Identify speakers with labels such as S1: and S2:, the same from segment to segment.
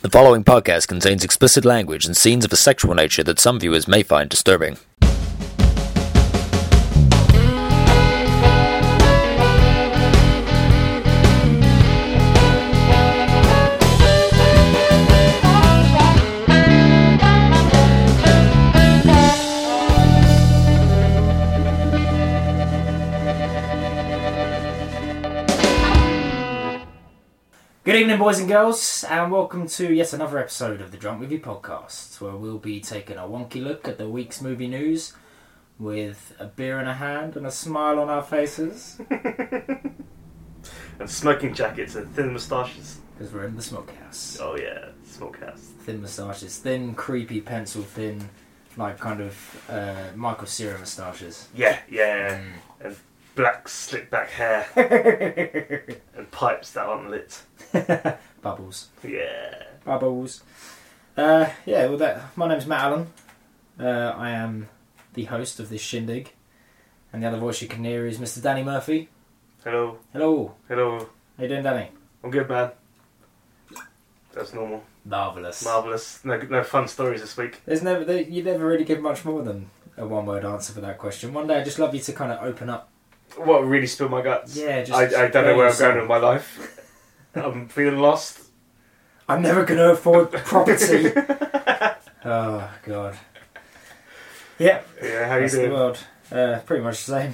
S1: The following podcast contains explicit language and scenes of a sexual nature that some viewers may find disturbing.
S2: Good evening, boys and girls, and welcome to yet another episode of the Drunk Movie Podcast, where we'll be taking a wonky look at the week's movie news with a beer in a hand and a smile on our faces
S3: and smoking jackets and thin moustaches.
S2: because we're in the smokehouse.
S3: Oh yeah, smokehouse.
S2: Thin moustaches, thin, creepy, pencil thin, like kind of uh, Michael Cera moustaches.
S3: Yeah, yeah. And black slick back hair and pipes that aren't lit.
S2: Bubbles.
S3: Yeah.
S2: Bubbles. Uh, yeah, well, that, my name's Matt Allen. Uh, I am the host of this shindig, and the other voice you can hear is Mr. Danny Murphy.
S3: Hello,
S2: Hello.
S3: hello.
S2: How you doing, Danny?
S3: I'm good, man. That's normal.
S2: Marvelous.
S3: Marvelous. No, no fun stories this week.
S2: There's never there, you never really give much more than a one-word answer for that question. One day, I'd just love you to kind of open up.
S3: What really spilled my guts?
S2: Yeah, just
S3: I, I don't
S2: explain
S3: know where I'm
S2: yourself.
S3: going with my life. I'm feeling lost.
S2: I'm never going to afford property. oh God. Yeah.
S3: Yeah, how you
S2: that's the
S3: doing?
S2: world. Uh, pretty much the same.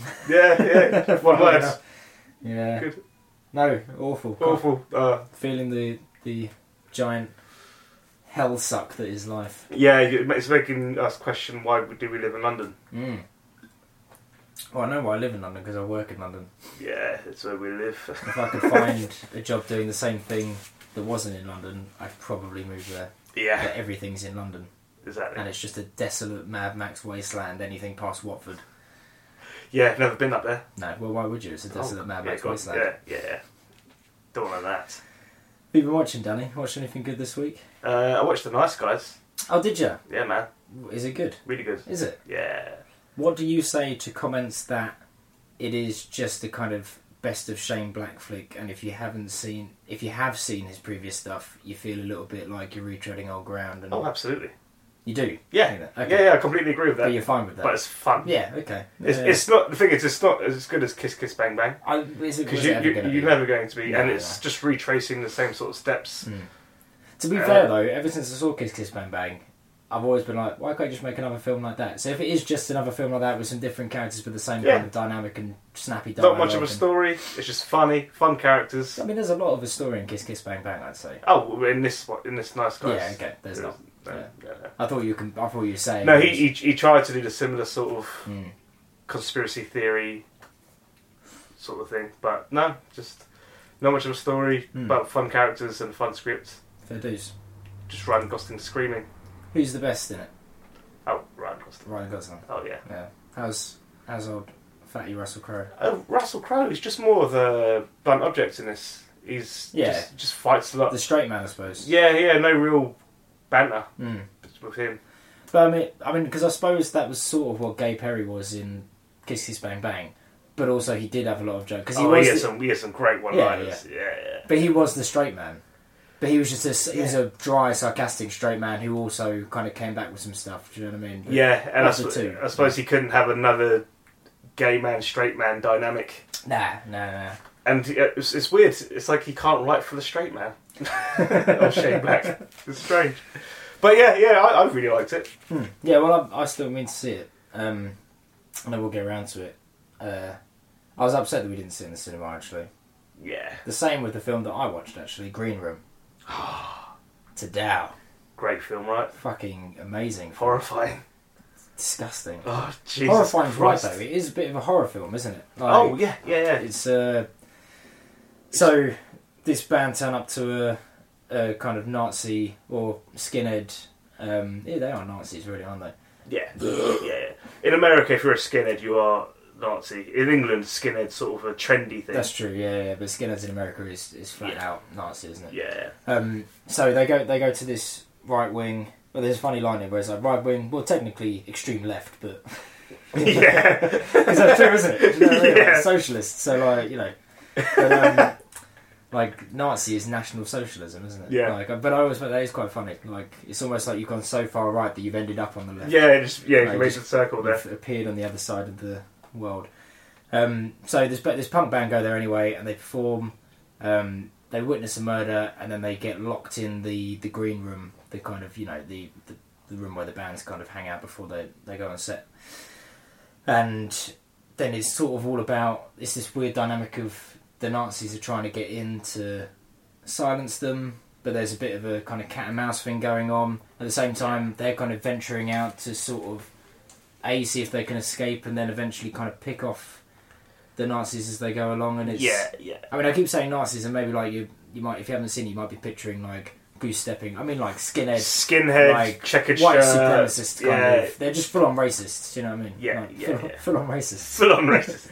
S3: Yeah, yeah. One
S2: Fucking
S3: word.
S2: hell. Yeah.
S3: Good.
S2: No, awful.
S3: Awful. Uh,
S2: Feeling the the giant hell suck that is life.
S3: yeah, it's making us question why do we live in London.
S2: Mm. Well, I know why I live in London because I work in London.
S3: Yeah, it's where we live.
S2: If I could find a job doing the same thing that wasn't in London, I'd probably move there.
S3: yeah,
S2: But everything's in London, and
S3: exactly.
S2: it's just a desolate Mad Max wasteland. Anything past Watford?
S3: Yeah, never been up there.
S2: No. Well, why would you? It's a desolate
S3: Oh,
S2: Mad
S3: yeah,
S2: Max
S3: go on.
S2: wasteland.
S3: Yeah, yeah. Don't want that.
S2: Who you been watching, Danny? Watched anything good this week?
S3: Uh, I watched The Nice Guys.
S2: Oh, did you?
S3: Yeah, man.
S2: Is it good?
S3: Really good.
S2: Is it?
S3: Yeah.
S2: What do you say to comments that it is just the kind of best of Shane Black flick, and if you haven't seen, if you have seen his previous stuff, you feel a little bit like you're retreading old ground, and
S3: Oh, absolutely.
S2: you do.
S3: Yeah.
S2: Think that- okay.
S3: Yeah, yeah, I completely agree with
S2: But
S3: that.
S2: you're fine with that.
S3: But it's fun.
S2: Yeah, okay.
S3: It's,
S2: Yeah.
S3: it's not, the thing is, it's not as good as Kiss Kiss Bang Bang.
S2: I, is it,
S3: Because
S2: was
S3: you,
S2: it ever
S3: you,
S2: gonna
S3: you're
S2: be?
S3: never going to be.
S2: No,
S3: and
S2: no,
S3: it's
S2: no.
S3: just retracing the same sort of
S2: Hmm.
S3: steps.
S2: To be
S3: uh,
S2: fair though, ever since I saw Kiss Kiss Bang Bang, I've always been like, why can't you just make another film like that? So if it is just another film like that with some different characters with the same
S3: Yeah.
S2: kind of dynamic and snappy
S3: Not
S2: dialogue,
S3: much of a
S2: and-
S3: story. It's just funny, fun characters.
S2: I mean, there's a lot of a story in Kiss Kiss Bang Bang. I'd say.
S3: Oh, in this one- in this Nice Guys.
S2: Yeah, okay. There's
S3: There
S2: not.
S3: is-
S2: yeah.
S3: no, no, no.
S2: I thought you can. I thought you were saying.
S3: No,
S2: it
S3: he,
S2: was-
S3: he he tried to do the similar sort of
S2: Hmm.
S3: conspiracy theory sort of thing, but no, just not much of a story,
S2: Hmm.
S3: but fun characters and fun script.
S2: Fair dues.
S3: Just Ryan Gosling screaming.
S2: Who's the best in it?
S3: Oh, Ryan Gosling.
S2: Ryan Gosling.
S3: Oh yeah.
S2: Yeah. How's how's old fatty Russell Crowe?
S3: Oh, Russell Crowe is just more of the blunt object in this. He's
S2: Yeah.
S3: just, just fights a lot.
S2: The straight man, I suppose.
S3: yeah, yeah, no real banter
S2: Mm.
S3: with him.
S2: But I mean, I mean, because I suppose that was sort of what Gay Perry was in Kiss Kiss Bang Bang, but also he did have a lot of jokes because he
S3: oh,
S2: was,
S3: he has
S2: the-
S3: some he has some great one-liners. Yeah, yeah.
S2: but he was the straight man. But he was just a, s- he was a dry, sarcastic straight man who also kind of came back with some stuff. Do you know what I mean? But-
S3: Yeah, and I,
S2: Those are
S3: sp-
S2: two.
S3: I suppose he couldn't have another gay man, straight man dynamic.
S2: Nah, nah, nah.
S3: And uh, it's, it's weird. It's like he can't write for the straight man. or Shane Black. It's strange. But yeah, yeah, I, I really liked it.
S2: Yeah, well, I, I still mean to see it. Um, I know we'll get around to it. Uh, I was upset that we didn't see it in the cinema, actually.
S3: Yeah,
S2: The same with the film that I watched, actually, Green Room. to Dow.
S3: great film, right?
S2: Fucking amazing.
S3: Horrifying.
S2: Disgusting.
S3: Oh, Jesus
S2: Horrifying right,
S3: Christ.
S2: though. It is a bit of a horror film, isn't it? Like,
S3: Oh, yeah, yeah, yeah.
S2: It's, uh... So, this band turn up to a, a kind of Nazi or skinhead... Um, yeah, they are Nazis, really, aren't they?
S3: Yeah, yeah, yeah. In America, if you're a skinhead, you are Nazi. In England, skinhead's sort of a trendy thing.
S2: That's true, yeah, yeah. But skinheads in America is, is flat out Nazi, isn't it?
S3: yeah.
S2: Um, so they go they go to this right wing. Well, there's a funny line here where it's like right wing. Well, technically extreme left, but
S3: yeah.
S2: because that's true, isn't it? You know what I mean? Like,
S3: Yeah.
S2: socialists. So like you know, but, um, like Nazi is national socialism, isn't it?
S3: Yeah.
S2: Like, but I always thought that is quite funny. Like, it's almost like you've gone so far right that you've ended up on the left.
S3: Yeah, just, yeah,
S2: Like,
S3: you made
S2: just-
S3: the circle there.
S2: You've appeared on the other side of the world. Um, so this but this punk band go there anyway, and they perform. Um, they witness a murder, and then they get locked in the, the green room, the kind of you know the, the, the room where the bands kind of hang out before they, they go on set. And then it's sort of all about it's this weird dynamic of the Nazis are trying to get in to silence them, but there's a bit of a kind of cat and mouse thing going on. At the same time, they're kind of venturing out to sort of a see if they can escape and then eventually kind of pick off the Nazis as they go along and it's
S3: Yeah, yeah.
S2: I mean I keep saying Nazis and maybe like you you might if you haven't seen it, you might be picturing like goose stepping I mean like skinhead
S3: Skinhead,
S2: like,
S3: checkered
S2: white
S3: shirt.
S2: supremacist kind
S3: yeah,
S2: of they're just full on racists you know what I mean
S3: Yeah,
S2: like,
S3: yeah,
S2: full,
S3: yeah.
S2: full on racists
S3: Full on racist.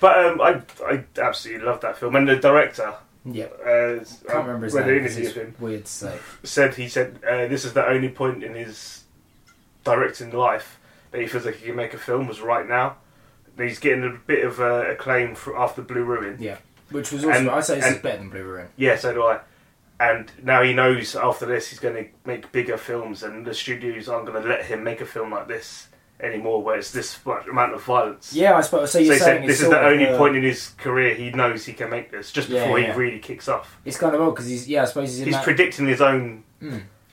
S3: But um, I, I absolutely love that film. And the director,
S2: yeah
S3: uh, can't
S2: can't remember his
S3: read
S2: name
S3: an
S2: 'cause
S3: interview
S2: it's
S3: with him,
S2: weird so
S3: said he said uh, this is the only point in his directing life that he feels like he can make a film was right now. He's getting a bit of uh, acclaim for, after Blue Ruin.
S2: yeah which was also
S3: And-
S2: I say this
S3: and-
S2: is better than Blue Ruin
S3: Yeah, so do I. And now he knows after this he's going to make bigger films, and the studios aren't going to let him make a film like this anymore, where it's this much amount of violence.
S2: yeah I suppose so
S3: So
S2: you're
S3: he
S2: saying
S3: said this
S2: it's
S3: is
S2: sort
S3: the
S2: of
S3: only
S2: a-
S3: point in his career he knows he can make this, just
S2: Yeah,
S3: before
S2: yeah.
S3: he really kicks off.
S2: it's kind of odd because he's yeah I suppose he's in
S3: He's
S2: that
S3: predicting his own.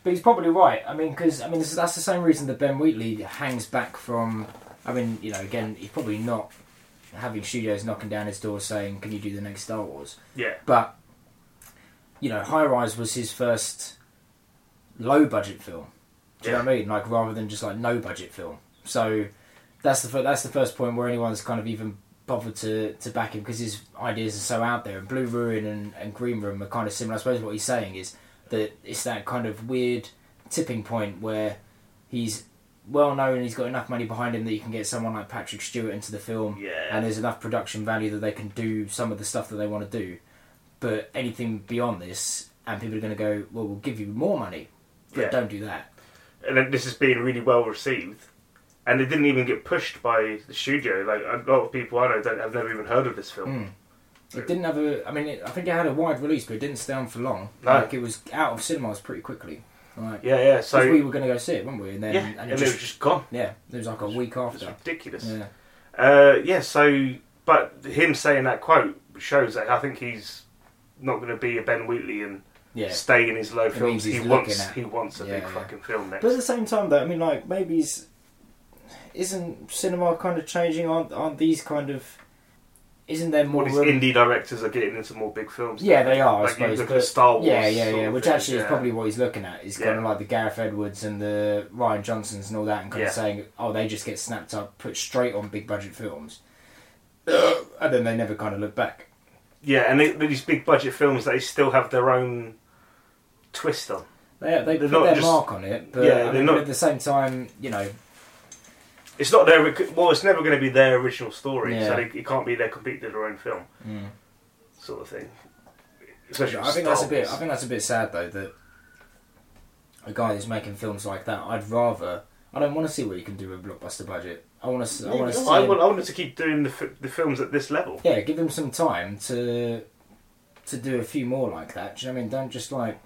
S2: But he's probably right. I mean, because I mean, this, that's the same reason that Ben Wheatley hangs back from. I mean, you know, again, he's probably not having studios knocking down his door saying, "Can you do the next Star Wars?"
S3: Yeah,
S2: But you know, High Rise was his first low budget film. Do you know what I mean? Like rather than just like no budget film. So that's the fir- that's the first point where anyone's kind of even bothered to, to back him because his ideas are so out there. And Blue Ruin and, and Green Room are kind of similar. I suppose what he's saying is that it's that kind of weird tipping point where he's well known, he's got enough money behind him that you can get someone like Patrick Stewart into the film
S3: yeah,
S2: and there's enough production value that they can do some of the stuff that they want to do. But anything beyond this, and people are going to go, well, we'll give you more money, but
S3: Yeah.
S2: don't do that.
S3: and then this is being really well received. And it didn't even get pushed by the studio. Like a lot of people I know don't have never even heard of this film.
S2: Hmm. It didn't have a. I mean, it, I think it had a wide release, but it didn't stay on for long.
S3: No.
S2: Like it was out of cinemas pretty quickly. Like,
S3: Yeah, yeah. So
S2: 'cause we were going to go see it, weren't we? And then,
S3: yeah,
S2: and it
S3: and it
S2: just-
S3: was just gone.
S2: yeah, it was like a week
S3: It's
S2: after.
S3: ridiculous.
S2: Yeah.
S3: Uh, yeah, so, but him saying that quote shows that I think he's not going to be a Ben Wheatley and
S2: Yeah.
S3: stay in his low films.
S2: means he's
S3: He
S2: looking
S3: wants,
S2: at-
S3: he wants a
S2: Yeah,
S3: big
S2: yeah.
S3: fucking film next.
S2: But at the same time, though, I mean, like maybe he's- isn't cinema kind of changing? Aren't aren't these kind of isn't there
S3: All
S2: more
S3: these
S2: room-
S3: indie directors are getting into more big films.
S2: Yeah, they are. I
S3: Like you
S2: suppose.
S3: look
S2: but-
S3: at Star Wars.
S2: yeah, yeah,
S3: sort
S2: yeah.
S3: of
S2: Which
S3: thing,
S2: actually is
S3: yeah.
S2: probably what he's looking at. He's kind
S3: Yeah.
S2: of like the Gareth Edwards and the Ryan Johnsons and all that, and kind
S3: Yeah.
S2: of saying, "Oh, they just get snapped up, put straight on big budget films, and then they never kind of look back."
S3: Yeah, and they, these big budget films, they still have their own twist on.
S2: They they
S3: They're
S2: put
S3: not
S2: their
S3: just-
S2: mark on it, but
S3: Yeah,
S2: I
S3: they're
S2: mean,
S3: not-
S2: at the same time, you know,
S3: It's not their well. It's never going to be their original story, so
S2: Yeah. Mm.
S3: they, it can't be their completely their own film sort of thing. Especially,
S2: I
S3: with
S2: think
S3: Star
S2: that's a bit.
S3: Wars.
S2: I think that's a bit sad though that a guy who's making films like that. I'd rather. I don't want to see what you can do with a blockbuster budget. I want to. I
S3: Yeah,
S2: want to see.
S3: I,
S2: him-
S3: want, I wanted to keep doing the, f- the films at this level.
S2: yeah, give him some time to to do a few more like that. Do you know what I mean? Don't just like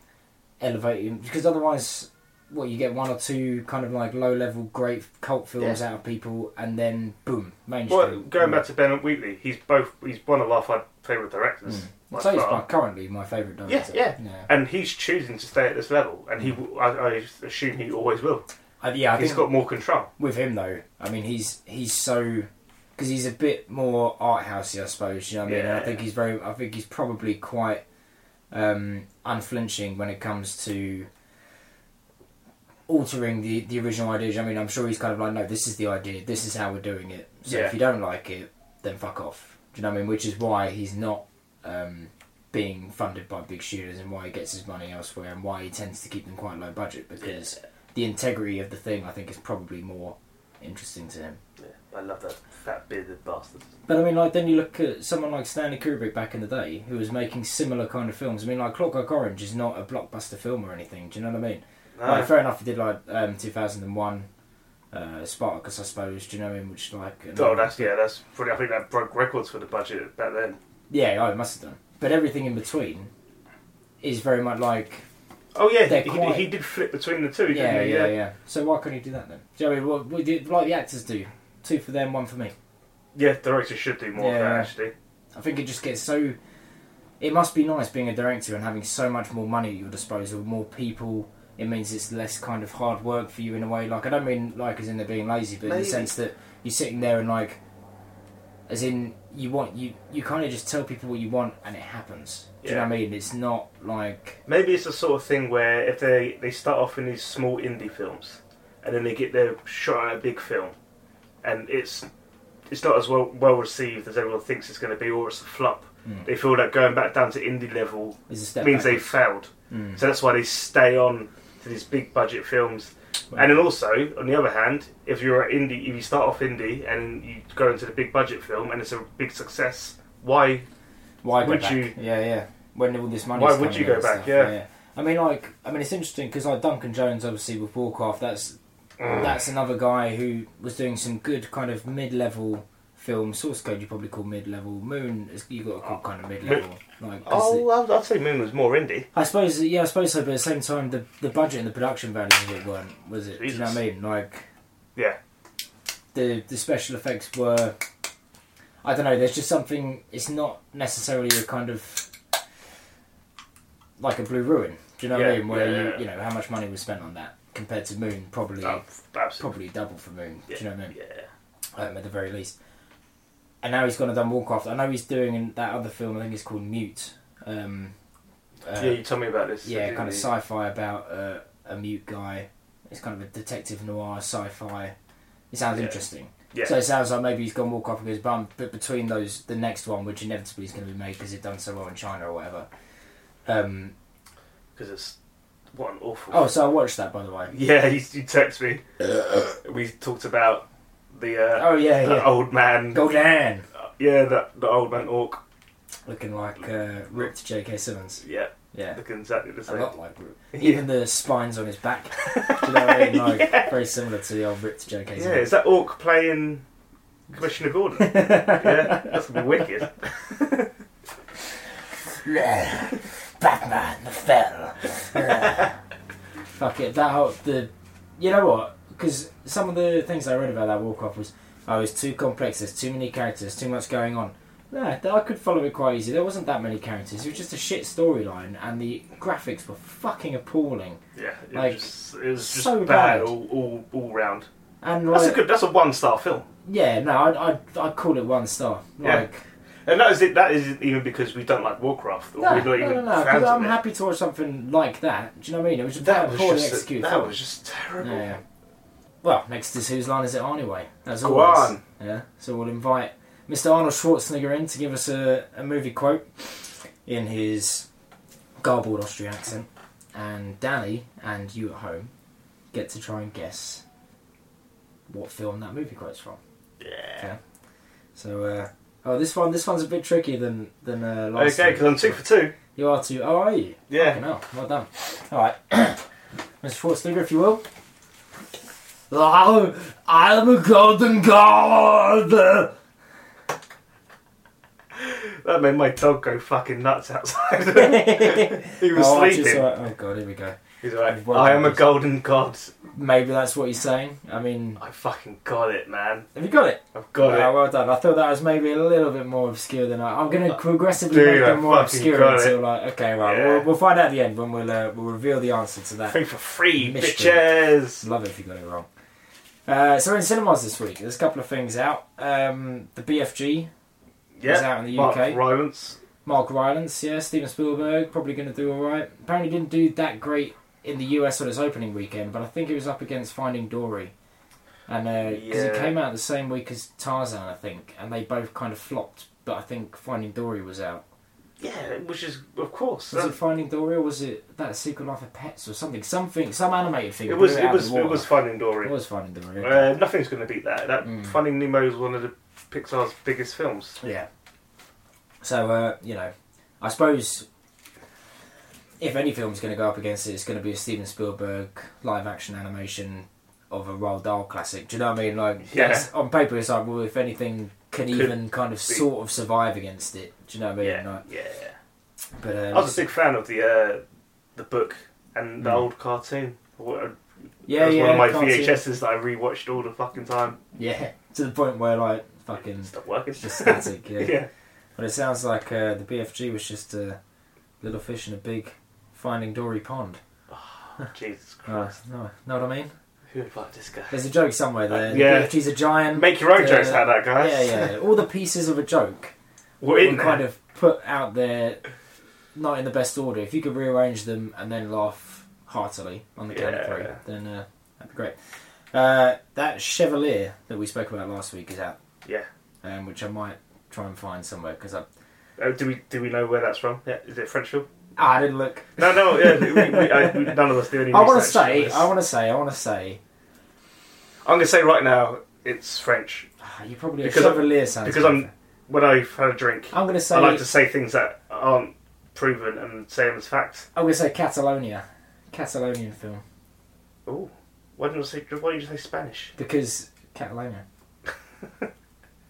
S2: elevate him because otherwise, what you get one or two kind of like low level great cult films out of people, and then boom, mainstream.
S3: Well, going back to Ben Wheatley, he's both he's one of our five favourite directors. by
S2: I'd say Mm. he's
S3: far.
S2: my- currently my favourite
S3: Yeah,
S2: director.
S3: yeah,
S2: yeah.
S3: and he's choosing to stay at this level, and he will- I, I assume he always will.
S2: I, yeah I
S3: He's
S2: think
S3: got more control.
S2: with him though, I mean he's he's so because he's a bit more art housey, I suppose. You know what I mean? And I
S3: Yeah.
S2: think he's very. I think he's probably quite um, unflinching when it comes to altering the the original ideas. I mean, I'm sure he's kind of like, no, this is the idea. This is how we're doing it. So
S3: Yeah.
S2: if you don't like it, then fuck off. Do you know what I mean? Which is why he's not. Um, being funded by big shooters and why he gets his money elsewhere and why he tends to keep them quite low budget because the integrity of the thing I think is probably more interesting to him.
S3: Yeah, I love that fat bearded bastard.
S2: But I mean, like then you look at someone like Stanley Kubrick back in the day, who was making similar kind of films. I mean, like Clockwork Orange is not a blockbuster film or anything. Do you know what I mean?
S3: Ah,
S2: Like, fair enough, he did like um, 2001, uh, Spartacus, I suppose. Do you know what I mean? Which like,
S3: oh, that's yeah, that's pretty. I think that broke records for the budget back then.
S2: oh, yeah, I must have done. But everything in between is very much like
S3: Oh yeah,
S2: They're
S3: he,
S2: quiet.
S3: he did flip between the two, didn't
S2: yeah,
S3: he?
S2: yeah, yeah. So why couldn't he do that then? Do you know what I mean? Well, we did, like the actors do. Two for them, one for me.
S3: Yeah, directors should do more of
S2: Yeah.
S3: that actually.
S2: I think it just gets so. It must be nice being a director and having so much more money at your disposal, more people. It means it's less kind of hard work for you in a way. Like I don't mean like as in they're being lazy, but in
S3: Maybe.
S2: the sense that you're sitting there and like, as in you want you you kind of just tell people what you want and it happens. Do you know what I mean? It's not like
S3: Maybe it's the sort of thing where if they, they start off in these small indie films and then they get their shot at a big film and it's it's not as well well received as everyone thinks it's going to be or it's a flop.
S2: Mm.
S3: They feel that going back down to indie level
S2: it's a step.
S3: means
S2: back.
S3: they've failed.
S2: Mm.
S3: So that's why they stay on to these big budget films. And then also, on the other hand, if you're at indie, if you start off indie and you go into the big budget film and it's a big success, why?
S2: Why go
S3: Would
S2: back?
S3: you-
S2: Yeah, yeah. When all this money?
S3: Why would you go back? Yeah.
S2: I mean, like, I mean, it's interesting because like Duncan Jones, obviously with Warcraft, that's
S3: Mm.
S2: that's another guy who was doing some good kind of mid-level film. Source Code, you probably call mid-level. Moon, is you got to call kind of mid-level. Like, 'cause
S3: Oh, I'd- I'd say Moon was more indie.
S2: I suppose, yeah, I suppose so. But at the same time, the the budget and the production value of it weren't, was it? Do you know what I mean? Like,
S3: Yeah.
S2: the the special effects were. I don't know. There's just something. It's not necessarily a kind of like a blue ruin. Do you know what I
S3: Yeah,
S2: mean? Where
S3: yeah,
S2: you
S3: yeah.
S2: you know how much money was spent on that compared to Moon, probably
S3: Oh, absolutely.
S2: probably double for Moon. Do you know what I mean?
S3: Yeah.
S2: Um, at the very least. And now he's gone and done Warcraft. I know he's doing in that other film. I think it's called Mute. Um, uh,
S3: yeah, you told me about this.
S2: yeah,
S3: didn't
S2: kind of
S3: you?
S2: sci-fi about uh, a mute guy. It's kind of a detective noir sci-fi. It sounds
S3: Yeah.
S2: interesting.
S3: Yeah.
S2: So it sounds like maybe he's gone walk off and goes bum, but between those, the next one, which inevitably is going to be made because it done so well in China or whatever. Um,
S3: Because it's what an awful.
S2: oh, so I watched that by the way.
S3: Yeah, you, you text me. we talked about the, uh,
S2: Oh yeah,
S3: the
S2: yeah.
S3: old man.
S2: Golden,
S3: Yeah, the, the old man orc.
S2: looking like uh, ripped J.K. Simmons.
S3: Yeah,
S2: Yeah,
S3: looking exactly the
S2: a
S3: same.
S2: lot like Rip. Even the spines on his back. Do you know what I mean? Like, Very similar to the old ripped J.K.
S3: Yeah,
S2: Simmons.
S3: is that orc playing Commissioner Gordon? yeah, that's gonna be wicked.
S2: Batman, the fell. Fuck it, that whole, the, you know what? Because some of the things I read about that walk off was, oh, it's too complex. There's too many characters, too much going on. Nah, th- I could follow it quite easy. There wasn't that many characters. It was just a shit storyline, and the graphics were fucking appalling.
S3: Yeah, it
S2: Like,
S3: was just, it was just
S2: so
S3: bad,
S2: bad.
S3: All, all all round.
S2: And
S3: That's a
S2: like,
S3: good. That's a one star film,
S2: yeah, no, I'd, I'd, I'd call it one star.
S3: Yeah.
S2: Like,
S3: and that is it. That isn't even because we don't like Warcraft or
S2: no,
S3: we're
S2: no,
S3: not
S2: no,
S3: even
S2: no, 'cause
S3: fans
S2: I'm
S3: of it.
S2: happy to watch something like that. Do you know what I mean? It was just
S3: That was
S2: poorly
S3: just
S2: executed.
S3: that
S2: film.
S3: was just terrible.
S2: Yeah. Well, next is whose line is it anyway? As
S3: Go
S2: always.
S3: on.
S2: Yeah. So we'll invite Mr. Arnold Schwarzenegger in to give us a, a movie quote in his garbled Austrian accent, and Danny and you at home get to try and guess what film that movie quote's from.
S3: Yeah.
S2: So, uh, oh, this one, this one's a bit trickier than than uh, last.
S3: Okay,
S2: week.
S3: because I'm two for two.
S2: You are too. Oh, are you?
S3: Yeah.
S2: No, well done. All right, Mr. Schwarzenegger, if you will. I am a golden god.
S3: That made my dog go fucking nuts outside. he was
S2: oh, I just
S3: sleeping.
S2: thought- oh god, here we go.
S3: He's like,
S2: Well,
S3: I am a
S2: he's-
S3: golden god.
S2: Maybe that's what he's saying. I mean,
S3: I fucking got it, man.
S2: have you got it?
S3: I've got
S2: Ah,
S3: it.
S2: well done. I thought that was maybe a little bit more obscure than I. I'm going to progressively
S3: Uh, Dude,
S2: make
S3: I
S2: them more
S3: fucking
S2: obscure
S3: got
S2: until like, okay, right.
S3: Yeah.
S2: We'll, we'll find out at the end when we'll uh, we'll reveal the answer to that.
S3: Three for free,
S2: Mystery.
S3: bitches.
S2: Love it if you got it wrong. Uh, so in cinemas this week, there's a couple of things out. Um, the BFG,
S3: Yeah.
S2: out in the
S3: Mark
S2: UK.
S3: Rylance.
S2: Mark Rylance, yeah, Steven Spielberg, probably going to do all right. Apparently didn't do that great in the US on its opening weekend, but I think it was up against Finding Dory, and because it
S3: Yeah.
S2: came out the same week as Tarzan, I think, and they both kind of flopped. But I think Finding Dory was out.
S3: Yeah, which is of course.
S2: Was
S3: that-
S2: it Finding Dory, or was it that Secret Life of Pets, or something? Something, some animated thing.
S3: it
S2: blew
S3: was. It
S2: out of
S3: was.
S2: the water.
S3: It was Finding
S2: It
S3: Dory.
S2: was Finding Dory. okay.
S3: Uh, nothing's going to beat that. That
S2: Mm.
S3: Finding Nemo is one of the Pixar's biggest films.
S2: Yeah. So uh, you know, I suppose if any film's going to go up against it, it's going to be a Steven Spielberg live action animation of a Roald Dahl classic. Do you know what I mean? Like,
S3: Yeah.
S2: that's- on paper, it's like, well, if anything can
S3: Could
S2: even kind of sort of survive against it. Do you know what I mean?
S3: Yeah.
S2: Like,
S3: Yeah.
S2: But
S3: I
S2: um,
S3: was a big fan of the uh, the book and the
S2: Mm.
S3: old cartoon. What-
S2: yeah,
S3: that was
S2: yeah,
S3: one of my
S2: can't see it.
S3: VHSs that I rewatched all the fucking time.
S2: Yeah, to the point where like fucking
S3: Stop working.
S2: it's just static. Yeah.
S3: yeah.
S2: But it sounds like uh, the BFG was just a little fish in a big Finding Dory pond.
S3: Jesus
S2: Uh,
S3: Christ.
S2: no, know what I mean?
S3: Who invited this guy?
S2: There's a joke somewhere there. The
S3: Uh, Yeah.
S2: BFG's a giant.
S3: Make your own
S2: uh,
S3: jokes out of that, guys.
S2: Yeah, yeah. All the pieces of a joke
S3: We're in
S2: were
S3: there.
S2: kind of put out there, not in the best order. If you could rearrange them and then laugh heartily on the count of three,
S3: Yeah.
S2: then uh, that'd be great. Uh, that Chevalier that we spoke about last week is out.
S3: Yeah.
S2: Um, which I might try and find somewhere because I
S3: Oh, do we do we know where that's from? Yeah. Is it French film?
S2: ah, I didn't look.
S3: No, no. Yeah, we, we, I, we, none of us do any.
S2: I want to
S3: research
S2: say,
S3: on this.
S2: I want to say, I want to say,
S3: I'm gonna say right now it's French
S2: ah, you probably
S3: Because
S2: a Chevalier sounds
S3: because I'm-
S2: better.
S3: when I've had a drink.
S2: I'm gonna say
S3: I like to say things that aren't proven and say them as facts.
S2: I'm gonna say Catalonia, Catalonian film
S3: Oh, why didn't I say? Why did you say Spanish?
S2: because Catalonia.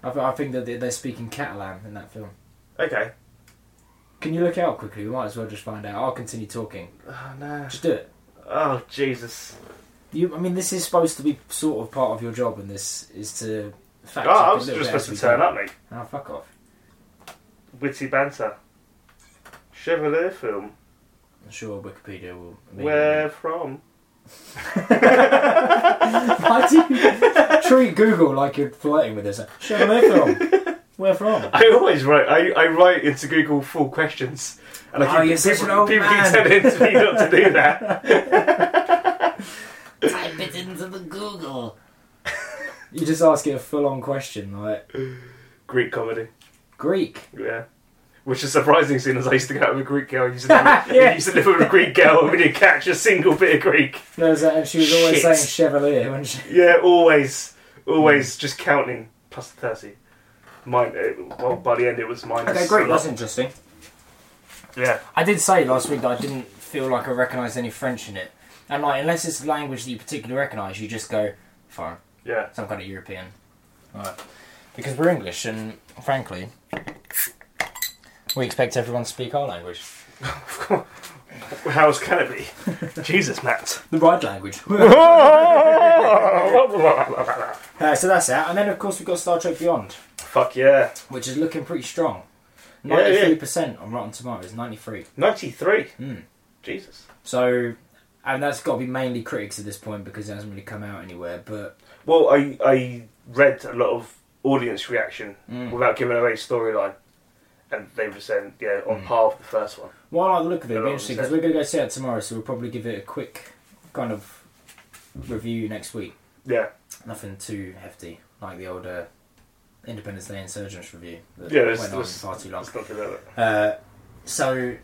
S2: I, th- I think that they- they're speaking Catalan in that film.
S3: Okay.
S2: Can you look it up quickly? We might as well just find out. I'll continue talking.
S3: Oh no.
S2: Just do it.
S3: Oh Jesus.
S2: You, I mean, this is supposed to be sort of part of your job, and this is to fact
S3: Oh,
S2: check
S3: I
S2: a
S3: was
S2: little
S3: just
S2: bit
S3: supposed
S2: as
S3: to
S2: we
S3: turn
S2: go.
S3: up, mate.
S2: Oh, fuck off.
S3: Witty banter. Chevalier film.
S2: I'm sure Wikipedia will.
S3: Where from?
S2: Why do you treat Google like you're flirting with us? Chevalier film. Where from?
S3: I always write. I, I write into Google full questions, and I
S2: Oh,
S3: keep,
S2: you're such
S3: people,
S2: an old
S3: people
S2: man.
S3: keep telling me not to do that.
S2: Type it into the Google. You just ask it a full-on question like
S3: Greek comedy,
S2: Greek.
S3: yeah. Which is surprising, seeing as I used to go out with a Greek girl. I used to live, with-
S2: Yeah.
S3: I used to live with a Greek girl, and we didn't catch a single bit of Greek.
S2: No, is that, and she was always
S3: Shit.
S2: saying Chevalier when she.
S3: Yeah, always, always just counting plus thirty. Mine. uh, Well, by the end, it was minus. a lot.
S2: interesting.
S3: Yeah.
S2: I did say last week that I didn't feel like I recognised any French in it, and like unless it's language that you particularly recognise, you just go foreign,
S3: Yeah.
S2: some kind of European, right? Because we're English, and frankly, we expect everyone to speak our language,
S3: How else can it be? Jesus, Matt.
S2: the right language. Uh, so that's out, and then of course we've got Star Trek Beyond,
S3: Fuck yeah.
S2: which is looking pretty strong.
S3: Yeah, yeah.
S2: Ninety-three percent on Rotten Tomatoes, ninety-three.
S3: 93.
S2: Hmm.
S3: Jesus.
S2: So, and that's got to be mainly critics at this point because it hasn't really come out anywhere. But
S3: Well, I, I read a lot of audience reaction
S2: Mm.
S3: without giving away storyline, and they were saying, yeah, on
S2: Hmm.
S3: par with the first one.
S2: while I like the look of it, it'll be
S3: Hello,
S2: interesting
S3: sir.
S2: because we're going to go see it tomorrow, so we'll probably give it a quick kind of review next week.
S3: Yeah.
S2: Nothing too hefty, like the old uh, Independence Day Insurgents review that
S3: Yeah,
S2: went
S3: there's-
S2: on
S3: there's-
S2: far too long.
S3: That's not good, is it?
S2: Uh, so,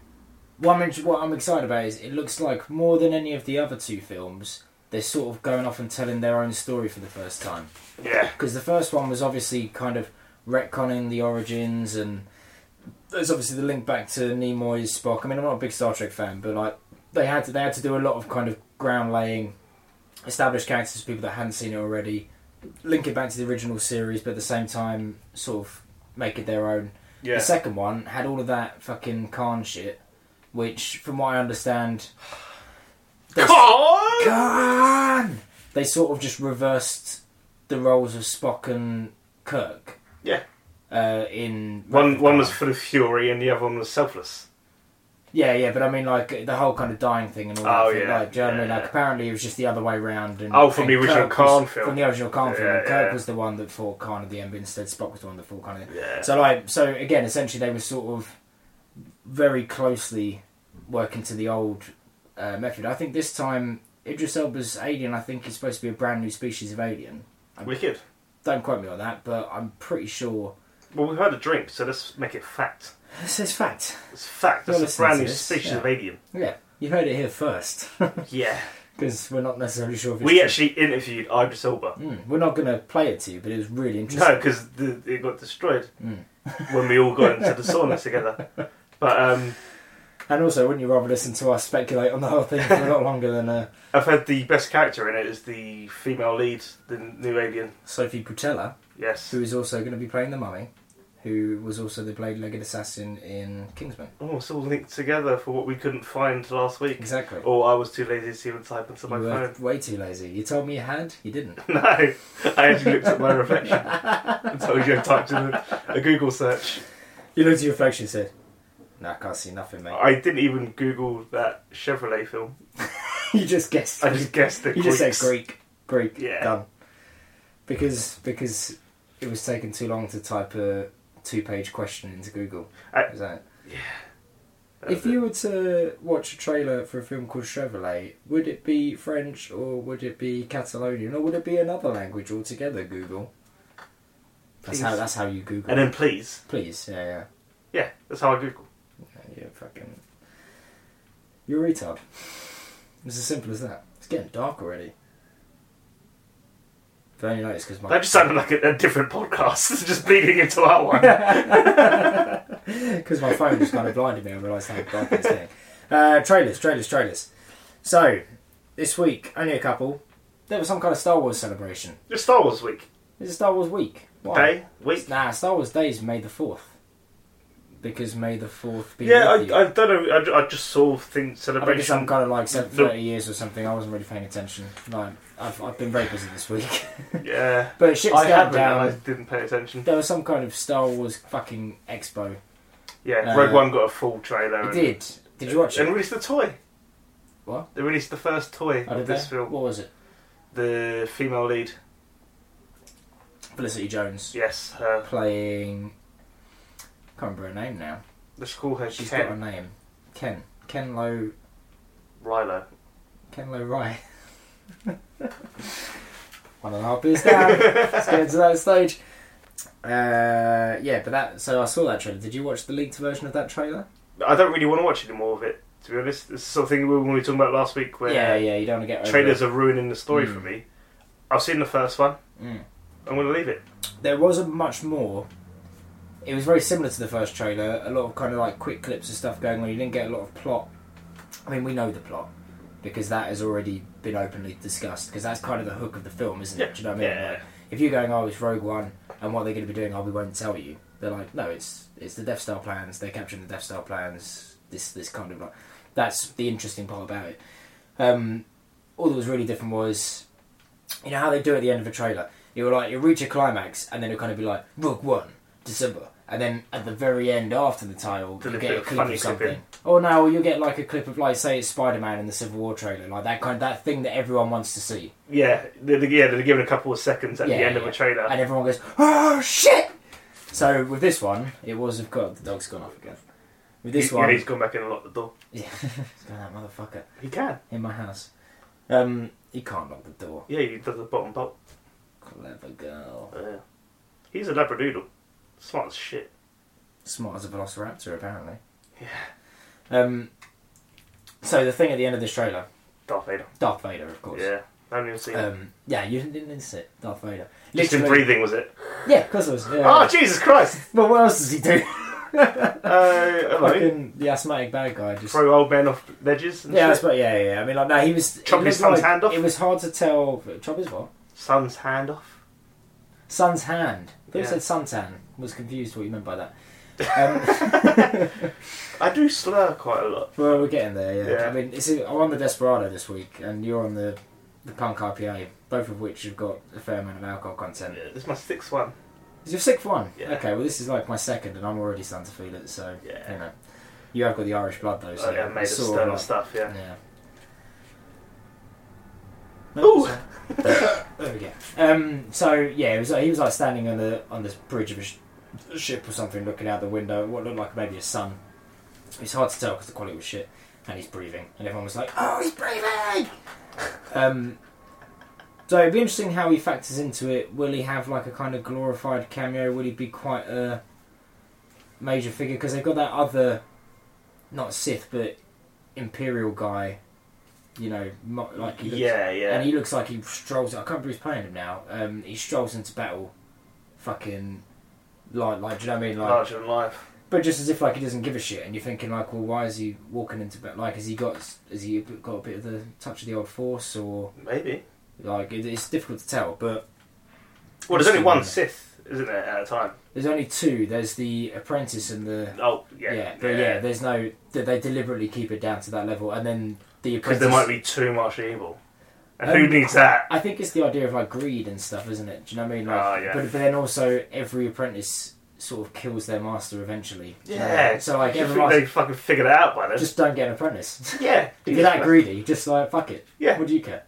S2: what I'm, what I'm excited about is it looks like more than any of the other two films, they're sort of going off and telling their own story for the first time.
S3: Yeah.
S2: Because the first one was obviously kind of retconning the origins, and there's obviously the link back to Nimoy's Spock. I mean, I'm not a big Star Trek fan, but like they had to, they had to do a lot of kind of ground laying, establish characters, people that hadn't seen it already, link it back to the original series, but at the same time, sort of make it their own.
S3: Yeah.
S2: The second one had all of that fucking Khan shit, which, from what I understand, they-
S3: Con!
S2: Khan! They sort of just reversed the roles of Spock and Kirk.
S3: Yeah.
S2: Uh, in
S3: One, one was full of fury, and the other one was selfless.
S2: yeah yeah but I mean like the whole kind of dying thing and all
S3: Oh,
S2: that thing,
S3: yeah,
S2: like do you know what I mean
S3: yeah,
S2: like
S3: yeah.
S2: apparently it was just the other way round and
S3: Oh, from the
S2: and
S3: original
S2: Kirk
S3: Khan
S2: was-
S3: film.
S2: from the original Khan film
S3: Yeah,
S2: and Kirk
S3: yeah.
S2: was the one that fought Khan at the end but instead Spock was the one that fought Khan at the end.
S3: Yeah.
S2: so like so again essentially they were sort of very closely working to the old uh, method I think this time Idris Elba's alien I think is supposed to be a brand new species of alien
S3: Wicked.
S2: Don't quote me on that, but I'm pretty sure.
S3: Well, we've had a drink, so let's make it fact.
S2: This is fact.
S3: It's fact.
S2: You're
S3: That's a
S2: listening
S3: brand
S2: to
S3: new
S2: this,
S3: species
S2: yeah.
S3: of alien.
S2: Yeah, you heard it here first.
S3: Yeah.
S2: Because we're not necessarily sure if it's
S3: We
S2: true.
S3: actually interviewed Idris Elba.
S2: Mm, we're not going to play it to you, but it was really interesting.
S3: No, because it got destroyed
S2: Hmm.
S3: when we all got into the sauna together. But um,
S2: And also, wouldn't you rather listen to us speculate on the whole thing for a lot longer than uh,
S3: I've heard the best character in it is the female lead, the new alien.
S2: Sophie Putella,
S3: Yes.
S2: Hmm. who is also going to be playing the mummy? who was also the blade-legged assassin in Kingsman.
S3: Oh, it's all linked together for what we couldn't find last week.
S2: Exactly.
S3: Or I was too lazy to even type into
S2: Hmm. You
S3: Oh, my
S2: were
S3: phone.
S2: way too lazy. You told me you had, you didn't.
S3: No, I actually looked at my reflection and told you I typed in a, a Google search.
S2: You looked at your reflection and said, "No, I can't see nothing, mate."
S3: I didn't even Google that Chevrolet film.
S2: you just guessed.
S3: I just guessed it.
S2: you just said
S3: Greeks.
S2: Greek, Greek,
S3: Yeah.
S2: done. Because because it was taking too long to type a two-page question into Google.
S3: I-
S2: Is that?
S3: That
S2: If
S3: was
S2: you were to watch a trailer for a film called Chevrolet, would it be French or would it be Catalonian or would it be another language altogether? Google. That's how.
S3: Please.
S2: That's how you
S3: it.
S2: Google.
S3: And then please.
S2: please, yeah, yeah.
S3: Yeah, that's how I Google.
S2: Yeah, You're fucking. You're a retard. It's as simple as that. It's getting dark already. If I only noticed because my.
S3: That just sounded like a, a different podcast, just bleeding into our one.
S2: Because my phone just kind of blinded me and realised how dark it's getting. Uh, trailers, trailers, trailers. So, this week, only a couple. There was some kind of Star Wars celebration.
S3: It's Star Wars week.
S2: It's a Star Wars week.
S3: Day? Week?
S2: Nah, Star Wars Day is May the 4th. Because May the 4th be.
S3: Yeah, I,
S2: with you.
S3: I don't know. I, ju- I just saw things
S2: I think it's
S3: celebration.
S2: some kind of like seven-
S3: Look.
S2: 30 years or something. I wasn't really paying attention. Like, I've, I've been very busy this week.
S3: yeah,
S2: but shit's
S3: I
S2: going
S3: haven't. and
S2: down.
S3: I didn't pay attention.
S2: There was some kind of Star Wars fucking expo.
S3: Yeah,
S2: Uh,
S3: Rogue One got a full trailer.
S2: It
S3: and-
S2: did. Did you watch
S3: And
S2: it?
S3: released the toy.
S2: What?
S3: They released the first toy
S2: I
S3: of
S2: did
S3: this
S2: there.
S3: film.
S2: What was it?
S3: The female lead.
S2: Felicity Jones
S3: Yes, her.
S2: playing. can't remember her name now.
S3: Let's call her
S2: She's got a
S3: Ken
S2: name. Ken. Ken Lo.
S3: Rilo.
S2: Ken Lo Rye. One and a half beers down. Let's get to that stage. Uh, yeah, but that. So I saw that trailer. Did you watch the leaked version of that trailer?
S3: I don't really want to watch any more of it, to be honest. It's something we were talking about last week where
S2: yeah, yeah. You don't want to get over
S3: trailers
S2: It.
S3: are ruining the story
S2: Mm.
S3: for me. I've seen the first one.
S2: Mm.
S3: I'm going to leave it.
S2: There wasn't much more. It was very similar to the first trailer. A lot of kind of like quick clips of stuff going on. You didn't get a lot of plot. I mean, we know the plot because that has already been openly discussed. Because that's kind of the hook of the film, isn't it? Do you know what I mean?
S3: Yeah.
S2: Like, if you're going, oh, it's Rogue One, and what they're going to be doing, oh, we won't tell you. They're like, no, it's it's the Death Star plans. They're capturing the Death Star plans. This this kind of like, that's the interesting part about it. Um, all that was really different was, you know how they do at the end of a trailer. You were like, you reach a climax, and then it'll kind of be like Rogue One, December, and then at the very end after the title,
S3: Did
S2: you
S3: a
S2: get
S3: bit
S2: a
S3: of
S2: clip
S3: funny
S2: of
S3: clip in.
S2: something. Or no, or you'll get like a clip of like say it's Spider Man in the Civil War trailer, like that kind that thing that everyone wants to see.
S3: Yeah, they're, yeah, they're given a couple of seconds at
S2: Yeah,
S3: the end of
S2: yeah.
S3: a trailer.
S2: and everyone goes, "Oh shit!" So with this one, it was of course the dog's gone off again. With this
S3: He-
S2: one,
S3: yeah, he's gone back in and locked the door.
S2: yeah, it's got that motherfucker
S3: He can.
S2: in my house. Um, he can't lock the door.
S3: Yeah, he does the bottom bolt.
S2: Clever girl,
S3: Yeah. He's a labradoodle. Smart as shit.
S2: smart as a velociraptor apparently.
S3: Yeah.
S2: Um, so the thing at the end of this trailer,
S3: Darth Vader.
S2: Darth Vader, of course.
S3: Yeah. I haven't even seen him.
S2: Um, yeah, you didn't notice it, Darth Vader.
S3: Just him
S2: Literally-
S3: breathing, was it?
S2: Yeah, of course it was. Yeah.
S3: Oh, Jesus Christ!
S2: well, what else does he do?
S3: Uh, hello.
S2: Fucking the asthmatic bad guy just
S3: Throw old men off ledges and
S2: Yeah, that's
S3: shit.
S2: what, yeah, yeah. yeah. I mean, like, no, he was.
S3: Chop
S2: it
S3: his
S2: looked
S3: son's hand off?
S2: It was hard to tell. Chop his what?
S3: Son's hand off.
S2: Son's hand. I thought
S3: Yeah.
S2: it said suntan. Was confused what you meant by that. Um,
S3: I do slur quite a lot.
S2: well, we're getting there. Yeah.
S3: Yeah.
S2: I mean, it's, I'm on the Desperado this week, and you're on the the Punk IPA, both of which have got a fair amount of alcohol content.
S3: Yeah, this is my sixth one.
S2: Is your sixth one?
S3: Yeah.
S2: Okay. Well, this is like my second, and I'm already starting to feel it. So
S3: Yeah.
S2: you know, you have got the Irish blood though. So
S3: oh, yeah, made of
S2: it's uh, sort
S3: stern
S2: like-
S3: stuff, yeah.
S2: Yeah.
S3: Ooh.
S2: there we go. Um, so yeah, it was like, he was like standing on the on this bridge of a sh- ship or something, looking out the window. What looked like maybe a sun. It's hard to tell because the quality was shit, and he's breathing, and everyone was like, "Oh, he's breathing." um, so it'd be interesting how he factors into it. Will he have like a kind of glorified cameo? Will he be quite a major figure? Because they've got that other, not Sith, but Imperial guy. You know, mo- like he looks
S3: Yeah, yeah.
S2: and he looks like he strolls. I can't remember who's playing him now. Um, he strolls into battle, fucking like like. Do you know what I mean? Like,
S3: Larger than life.
S2: but just as if like he doesn't give a shit, and you're thinking like, well, why is he walking into battle? Like, has he got has he got a bit of the touch of the old force, or
S3: Maybe.
S2: like it, it's difficult to tell. But
S3: Well, there's only one
S2: Yeah.
S3: Sith isn't there, at a time?
S2: There's only two. There's the apprentice and the
S3: Oh,
S2: yeah.
S3: yeah.
S2: but yeah. there's no. They they deliberately keep it down to that level, and then the
S3: Because
S2: apprentice.
S3: there might be too much evil. And who
S2: Um,
S3: needs that?
S2: I think it's the idea of like greed and stuff, isn't it? Do you know what I mean? Like,
S3: Oh, yeah.
S2: but, but then also every apprentice sort of kills their master eventually. Do you know what I mean?
S3: Yeah.
S2: So like
S3: You
S2: every
S3: think
S2: master
S3: they fucking figured it out by then.
S2: just don't get an apprentice.
S3: yeah.
S2: if you're that greedy, just like fuck it.
S3: Yeah.
S2: What do you care?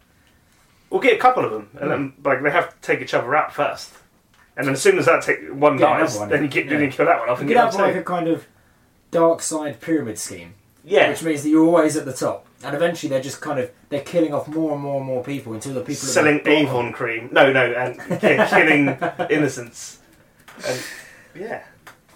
S3: We'll get a couple of them, and then
S2: Hmm.
S3: like they have to take each other out first. And then as soon as that take one
S2: Get another
S3: dies,
S2: one.
S3: then you get then
S2: Yeah.
S3: you kill that one off
S2: You
S3: and
S2: could
S3: get
S2: have
S3: another
S2: like
S3: two.
S2: a kind of dark side pyramid scheme,
S3: Yeah.
S2: which means that you're always at the top, and eventually they're just kind of they're killing off more and more and more people until the people at the
S3: Selling
S2: bottom-
S3: Avon cream. No, no, and yeah, killing innocents. And yeah.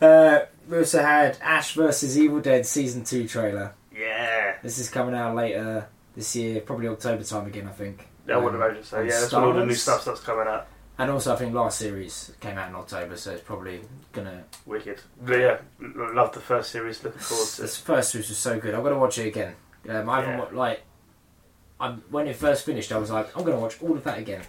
S2: Uh, we also had Ash versus Evil Dead season two trailer.
S3: Yeah.
S2: This is coming out later this year, probably October time again, I think.
S3: I would
S2: Um,
S3: imagine so.
S2: and
S3: Yeah, that's when all the new
S2: Starbucks.
S3: stuff that's coming out.
S2: And also, I think last series came out in October, so it's probably gonna.
S3: Wicked. But yeah, l- love the first series. Looking forward to
S2: This first series was so good. I'm gonna watch it again. Um, I haven't
S3: Yeah.
S2: wa- like. I when it first finished, I was like, I'm gonna watch all of that again,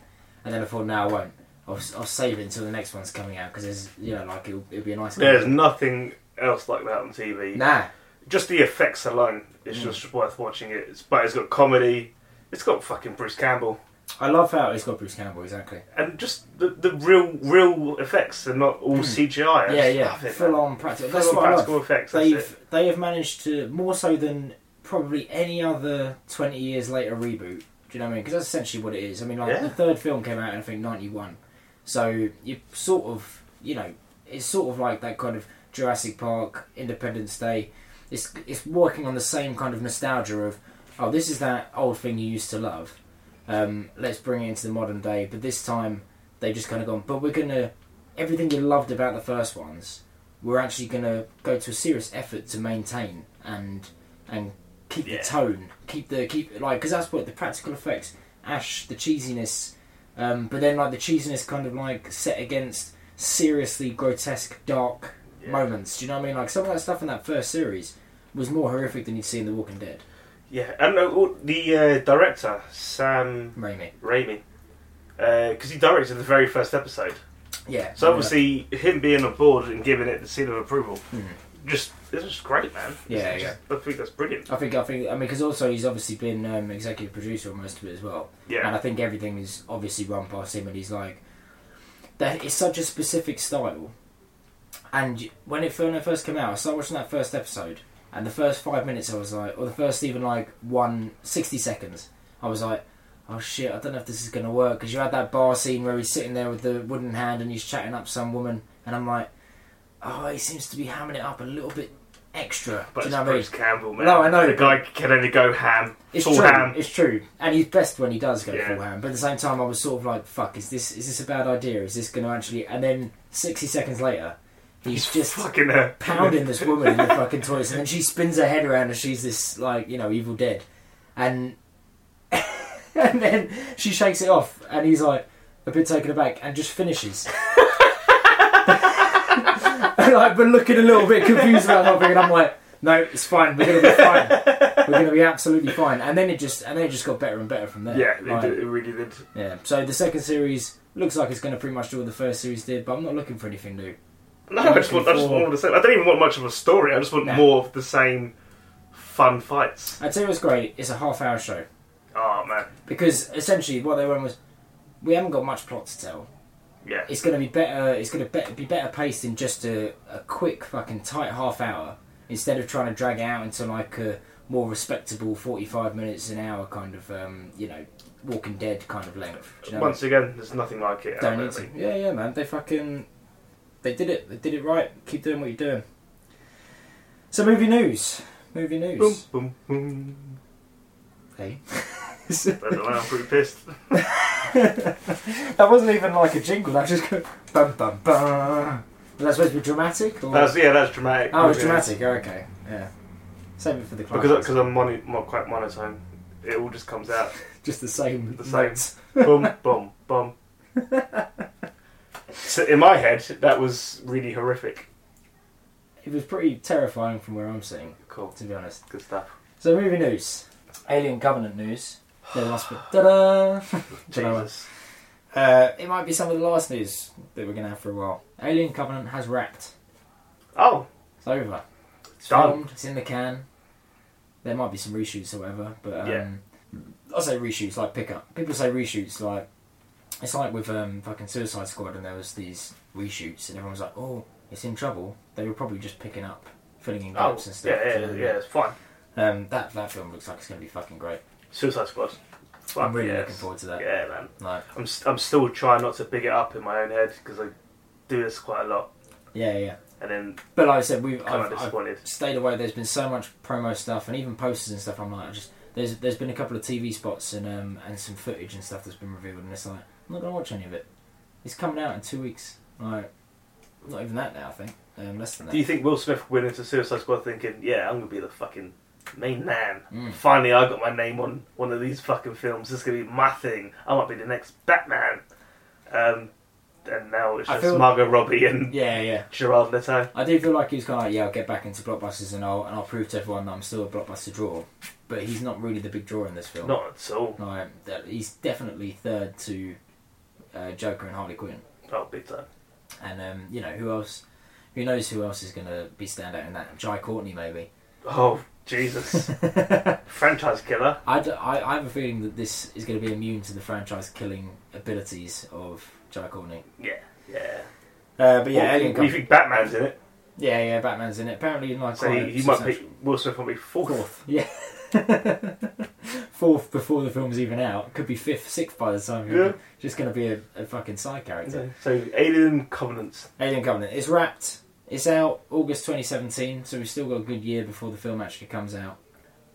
S2: and then I thought, no, I won't. I'll, s- I'll save it until the next one's coming out because there's you know like it'll, it'll be a nice.
S3: There's nothing else like that on TV.
S2: Nah,
S3: Just the effects alone is
S2: Mm.
S3: just worth watching it. It's, but it's got comedy. It's got fucking Bruce Campbell.
S2: I love how it's got Bruce Campbell exactly.
S3: and just the, the real real effects and not all CGI. I
S2: Mm. yeah,
S3: just
S2: yeah,
S3: love it,
S2: full
S3: man.
S2: on practical.
S3: Full
S2: That's
S3: on
S2: what I love.
S3: practical effects. That's it.
S2: they've they have managed to more so than probably any other twenty years later reboot. Do you know what I mean? Because that's essentially what it is. I mean, like
S3: Yeah.
S2: the third film came out in I think ninety one, so you sort of you know it's sort of like that kind of Jurassic Park, Independence Day. It's it's working on the same kind of nostalgia of oh this is that old thing you used to love. Um, let's bring it into the modern day, but this time they just kind of gone. But we're gonna everything you loved about the first ones we're actually going to go to a serious effort to maintain and and keep
S3: Yeah.
S2: the tone, keep the keep like because that's what the practical effects, Ash, the cheesiness, um, but then like the cheesiness kind of like set against seriously grotesque, dark
S3: Yeah.
S2: moments. Do you know what I mean? Like some of that stuff in that first series was more horrific than you'd see in The Walking Dead.
S3: Yeah, and uh, all- the uh, director Sam
S2: Raimi.
S3: Raimi, because he directed the very first episode.
S2: Yeah.
S3: So obviously him being on board and giving it the seal of approval,
S2: Mm.
S3: just it's just great, man. It's
S2: Yeah,
S3: just- I think that's brilliant.
S2: I think I think I mean because also he's obviously been um, executive producer on most of it as well.
S3: Yeah,
S2: And I think everything is obviously run past him, and he's like, that it's such a specific style. And y- when it when it first came out, I started watching that first episode, and the first five minutes, I was like, or the first even like one 60 seconds, I was like, oh shit, I don't know if this is gonna work because you had that bar scene where he's sitting there with the wooden hand and he's chatting up some woman, and I'm like, oh, he seems to be hamming it up a little bit extra.
S3: but
S2: Do you
S3: it's
S2: know what I mean?
S3: Bruce Campbell, man.
S2: No, I know,
S3: The guy can only go ham,
S2: It's
S3: full
S2: true.
S3: ham.
S2: It's true, and he's best when he does go
S3: Yeah.
S2: full ham. But at the same time, I was sort of like, "Fuck, is this is this a bad idea? Is this going to actually?" And then sixty seconds later, he's just
S3: fucking uh,
S2: pounding this woman in the fucking toilet, and then she spins her head around, and she's this like you know Evil Dead, and and then she shakes it off, and he's like a bit taken aback, and just finishes. and I've been looking a little bit confused about that thing, and I'm like, no, it's fine. We're gonna be fine. We're gonna be absolutely fine. And then it just and then it just got better and better from there.
S3: Yeah, it,
S2: Like,
S3: did, it really did.
S2: yeah. So the second series looks like it's gonna pretty much do what the first series did, but I'm not looking for anything new.
S3: No, I just, want, I just
S2: Looking for-
S3: want the same. I don't even want much of a story. I just want
S2: No.
S3: more of the same fun fights.
S2: I tell you what's great. It's a half hour show.
S3: Oh man,
S2: Because essentially, what they went was, we haven't got much plot to tell.
S3: yeah,
S2: It's going to be better. It's going to be, be better paced in just a, a quick fucking tight half hour instead of trying to drag it out into like a more respectable forty-five minutes an hour kind of um, you know Walking Dead kind of length. Do you know what I
S3: Once again, there's nothing like it. I
S2: don't
S3: don't
S2: need to.
S3: think.
S2: Yeah, yeah, man. They fucking they did it. They did it right. Keep doing what you're doing. So movie news. Movie news.
S3: Boom, boom, boom.
S2: Hey.
S3: I don't know. I'm pretty pissed.
S2: That wasn't even like a jingle. That was just go bum bum bum. Was that supposed to be dramatic? Or?
S3: That's yeah, that's dramatic.
S2: oh, it's
S3: Yeah.
S2: dramatic. Oh, okay, yeah. Save it for the climax.
S3: Because because I'm mono, mo- quite monotone. It all just comes out.
S2: just the same.
S3: The same.
S2: notes.
S3: boom, boom, boom. So in my head, that was really horrific.
S2: It was pretty terrifying from where I'm sitting,
S3: Cool,
S2: to be honest.
S3: good stuff.
S2: So movie news, Alien Covenant news. There must be. Ta-da! Dunno.
S3: Jesus,
S2: Uh, it might be some of the last news that we're going to have for a while. Alien Covenant has wrapped.
S3: Oh,
S2: It's over. It's
S3: Done.
S2: filmed. It's in the can. There might be some reshoots or whatever, but um,
S3: Yeah.
S2: I say reshoots like pickup. People say reshoots like it's like with um, fucking Suicide Squad, and there was these reshoots, and everyone's like, "Oh, it's in trouble." They were probably just picking up, filling in
S3: oh,
S2: gaps and stuff.
S3: yeah, yeah,
S2: do you know
S3: yeah,
S2: what I
S3: It's fine.
S2: mean? Um, that that film looks like it's going to be fucking great.
S3: Suicide Squad.
S2: I'm really
S3: yes.
S2: looking forward to that.
S3: Yeah, man.
S2: Like,
S3: I'm st- I'm still trying not to big it up in my own head because I do this quite a lot,
S2: yeah, yeah.
S3: and then
S2: But like I said, we've
S3: kind
S2: I've,
S3: of
S2: I've
S3: disappointed.
S2: stayed away. There's been so much promo stuff and even posters and stuff. I'm like, I just there's there's been a couple of TV spots and um and some footage and stuff that's been revealed, and it's like I'm not gonna watch any of it. It's coming out in two weeks. Like, not even that now. I think um, less than that.
S3: Do you think Will Smith went into Suicide Squad thinking, "Yeah, I'm gonna be the fucking main man.
S2: Mm.
S3: Finally, I got my name on one of these fucking films. This is gonna be my thing. I might be the next Batman." Um, and now it's
S2: I
S3: just
S2: feel-
S3: Margot Robbie and
S2: yeah, yeah.
S3: Gerard Leto.
S2: I do feel like he's kind of like, yeah, I'll get back into blockbusters and I'll and I'll prove to everyone that I'm still a blockbuster draw. But he's not really the big draw in this film.
S3: Not at all.
S2: No, that- he's definitely third to uh, Joker and Harley Quinn.
S3: Oh, big time.
S2: And um, you know who else? Who knows who else is going to be standout in that? Jai Courtney, maybe.
S3: Oh, Jesus. Franchise killer.
S2: I, d- I, I have a feeling that this is going to be immune to the franchise killing abilities of Jai Courtney.
S3: Yeah, yeah.
S2: Uh, but yeah,
S3: Well,
S2: Alien
S3: you, you
S2: Covenant-
S3: think Batman's in it,
S2: Yeah, yeah, Batman's in it. Apparently, in like
S3: so
S2: quite a
S3: he, he might be
S2: substantial-
S3: Will Smith might be fourth.
S2: fourth. Yeah. Fourth before the film's even out. Could be fifth, sixth by the time you're
S3: Yeah.
S2: just going to be a, a fucking side character.
S3: So, so Alien Covenants.
S2: Alien Covenant. It's wrapped. It's out August 2017, so we've still got a good year before the film actually comes out.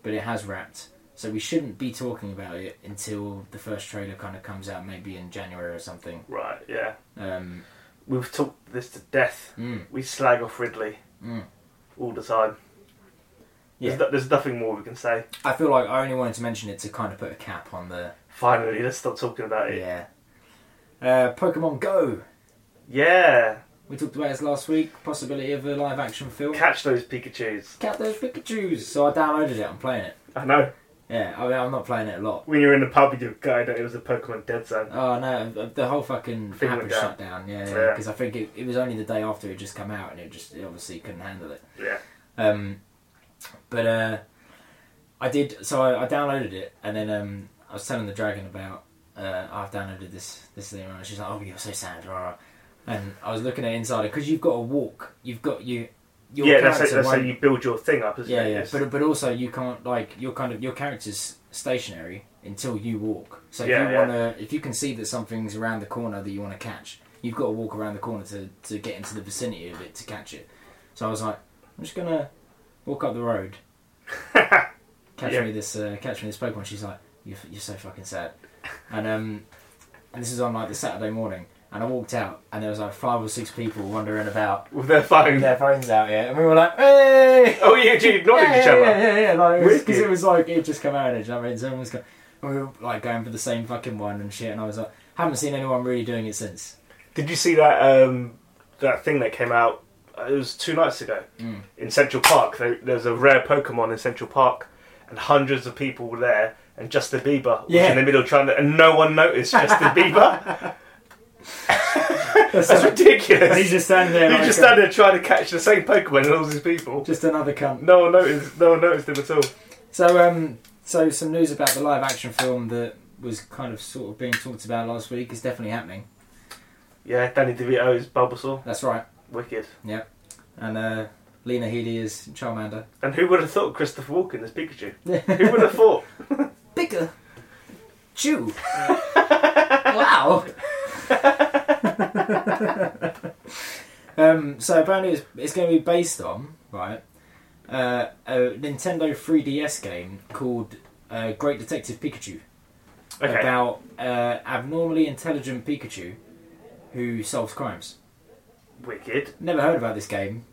S2: But it has wrapped, so we shouldn't be talking about it until the first trailer kind of comes out, maybe in January or something.
S3: Right, yeah.
S2: Um,
S3: We've talked this to death.
S2: mm,
S3: We slag off Ridley
S2: Mm.
S3: all the time.
S2: yeah,
S3: There's, no- there's nothing more we can say.
S2: I feel like I only wanted to mention it to kind of put a cap on the
S3: Finally, let's stop talking about it.
S2: yeah. Uh, Pokemon Go.
S3: Yeah.
S2: We talked about this last week. Possibility of a live action film.
S3: Catch those Pikachu's.
S2: Cat those Pikachu's. So I downloaded it. I'm playing it.
S3: I know.
S2: Yeah, I mean, I'm not playing it a lot.
S3: When you're in the pub, you guy that it was a Pokemon Dead Zone.
S2: Oh no, the whole fucking
S3: Thing
S2: app
S3: went
S2: was
S3: down.
S2: shut down. Yeah, because
S3: Yeah.
S2: I think it, it was only the day after it just come out, and it just it obviously couldn't handle it.
S3: Yeah.
S2: Um, but uh, I did. So I, I downloaded it, and then um, I was telling the dragon about uh, I've downloaded this this thing, and she's like, "Oh, you're so sad." rah, rah." And I was looking at Insider because you've got to walk. You've got you. Your
S3: yeah, that's, how,
S2: character
S3: that's how
S2: won't-
S3: you build your thing up, isn't
S2: yeah,
S3: it?
S2: yeah.
S3: It's-
S2: But but also you can't like your kind of your character's stationary until you walk. So if
S3: Yeah,
S2: you
S3: yeah.
S2: wanna if you can see that something's around the corner that you want to catch, you've got to walk around the corner to, to get into the vicinity of it to catch it. So I was like, I'm just gonna walk up the road. catch
S3: Yeah.
S2: me this uh, catch me this Pokemon. She's like, you're, you're so fucking sad. And um, and this is on like the Saturday morning. And I walked out, and there was like five or six people wandering about
S3: With their phone.
S2: with their phones out, yeah. And we were like, hey!
S3: Oh, yeah, you acknowledge
S2: yeah,
S3: each other.
S2: Yeah, yeah, yeah. Like, because it,
S3: Wicked.
S2: was like it just come out, and I mean, so everyone's going, we were like going for the same fucking one and shit, and I was like, haven't seen anyone really doing it since.
S3: Did you see that um, that thing that came out? uh, It was two nights ago
S2: Mm.
S3: in Central Park. There, there's a rare Pokemon in Central Park, and hundreds of people were there, and Justin Bieber was
S2: Yeah.
S3: in the middle trying to, and no one noticed Justin Bieber.
S2: That's
S3: That's ridiculous.
S2: He's just standing there.
S3: You
S2: like, uh,
S3: just stand there trying to catch the same Pokemon and all these people.
S2: just another cunt.
S3: No one noticed. No one noticed him at all.
S2: So, um, so some news about the live action film that was kind of sort of being talked about last week is definitely happening.
S3: Yeah, Danny DeVito is Bulbasaur.
S2: That's right.
S3: Wicked.
S2: And uh, Lena Headey is Charmander.
S3: And who would have thought Christopher Walken is Pikachu? Who would have thought?
S2: Bigger. Chew. wow. um, so apparently it's, it's going to be based on, right, uh, a Nintendo 3DS game called uh, Great Detective Pikachu.
S3: Okay.
S2: About uh, abnormally intelligent Pikachu who solves crimes.
S3: Wicked.
S2: Never heard about this game.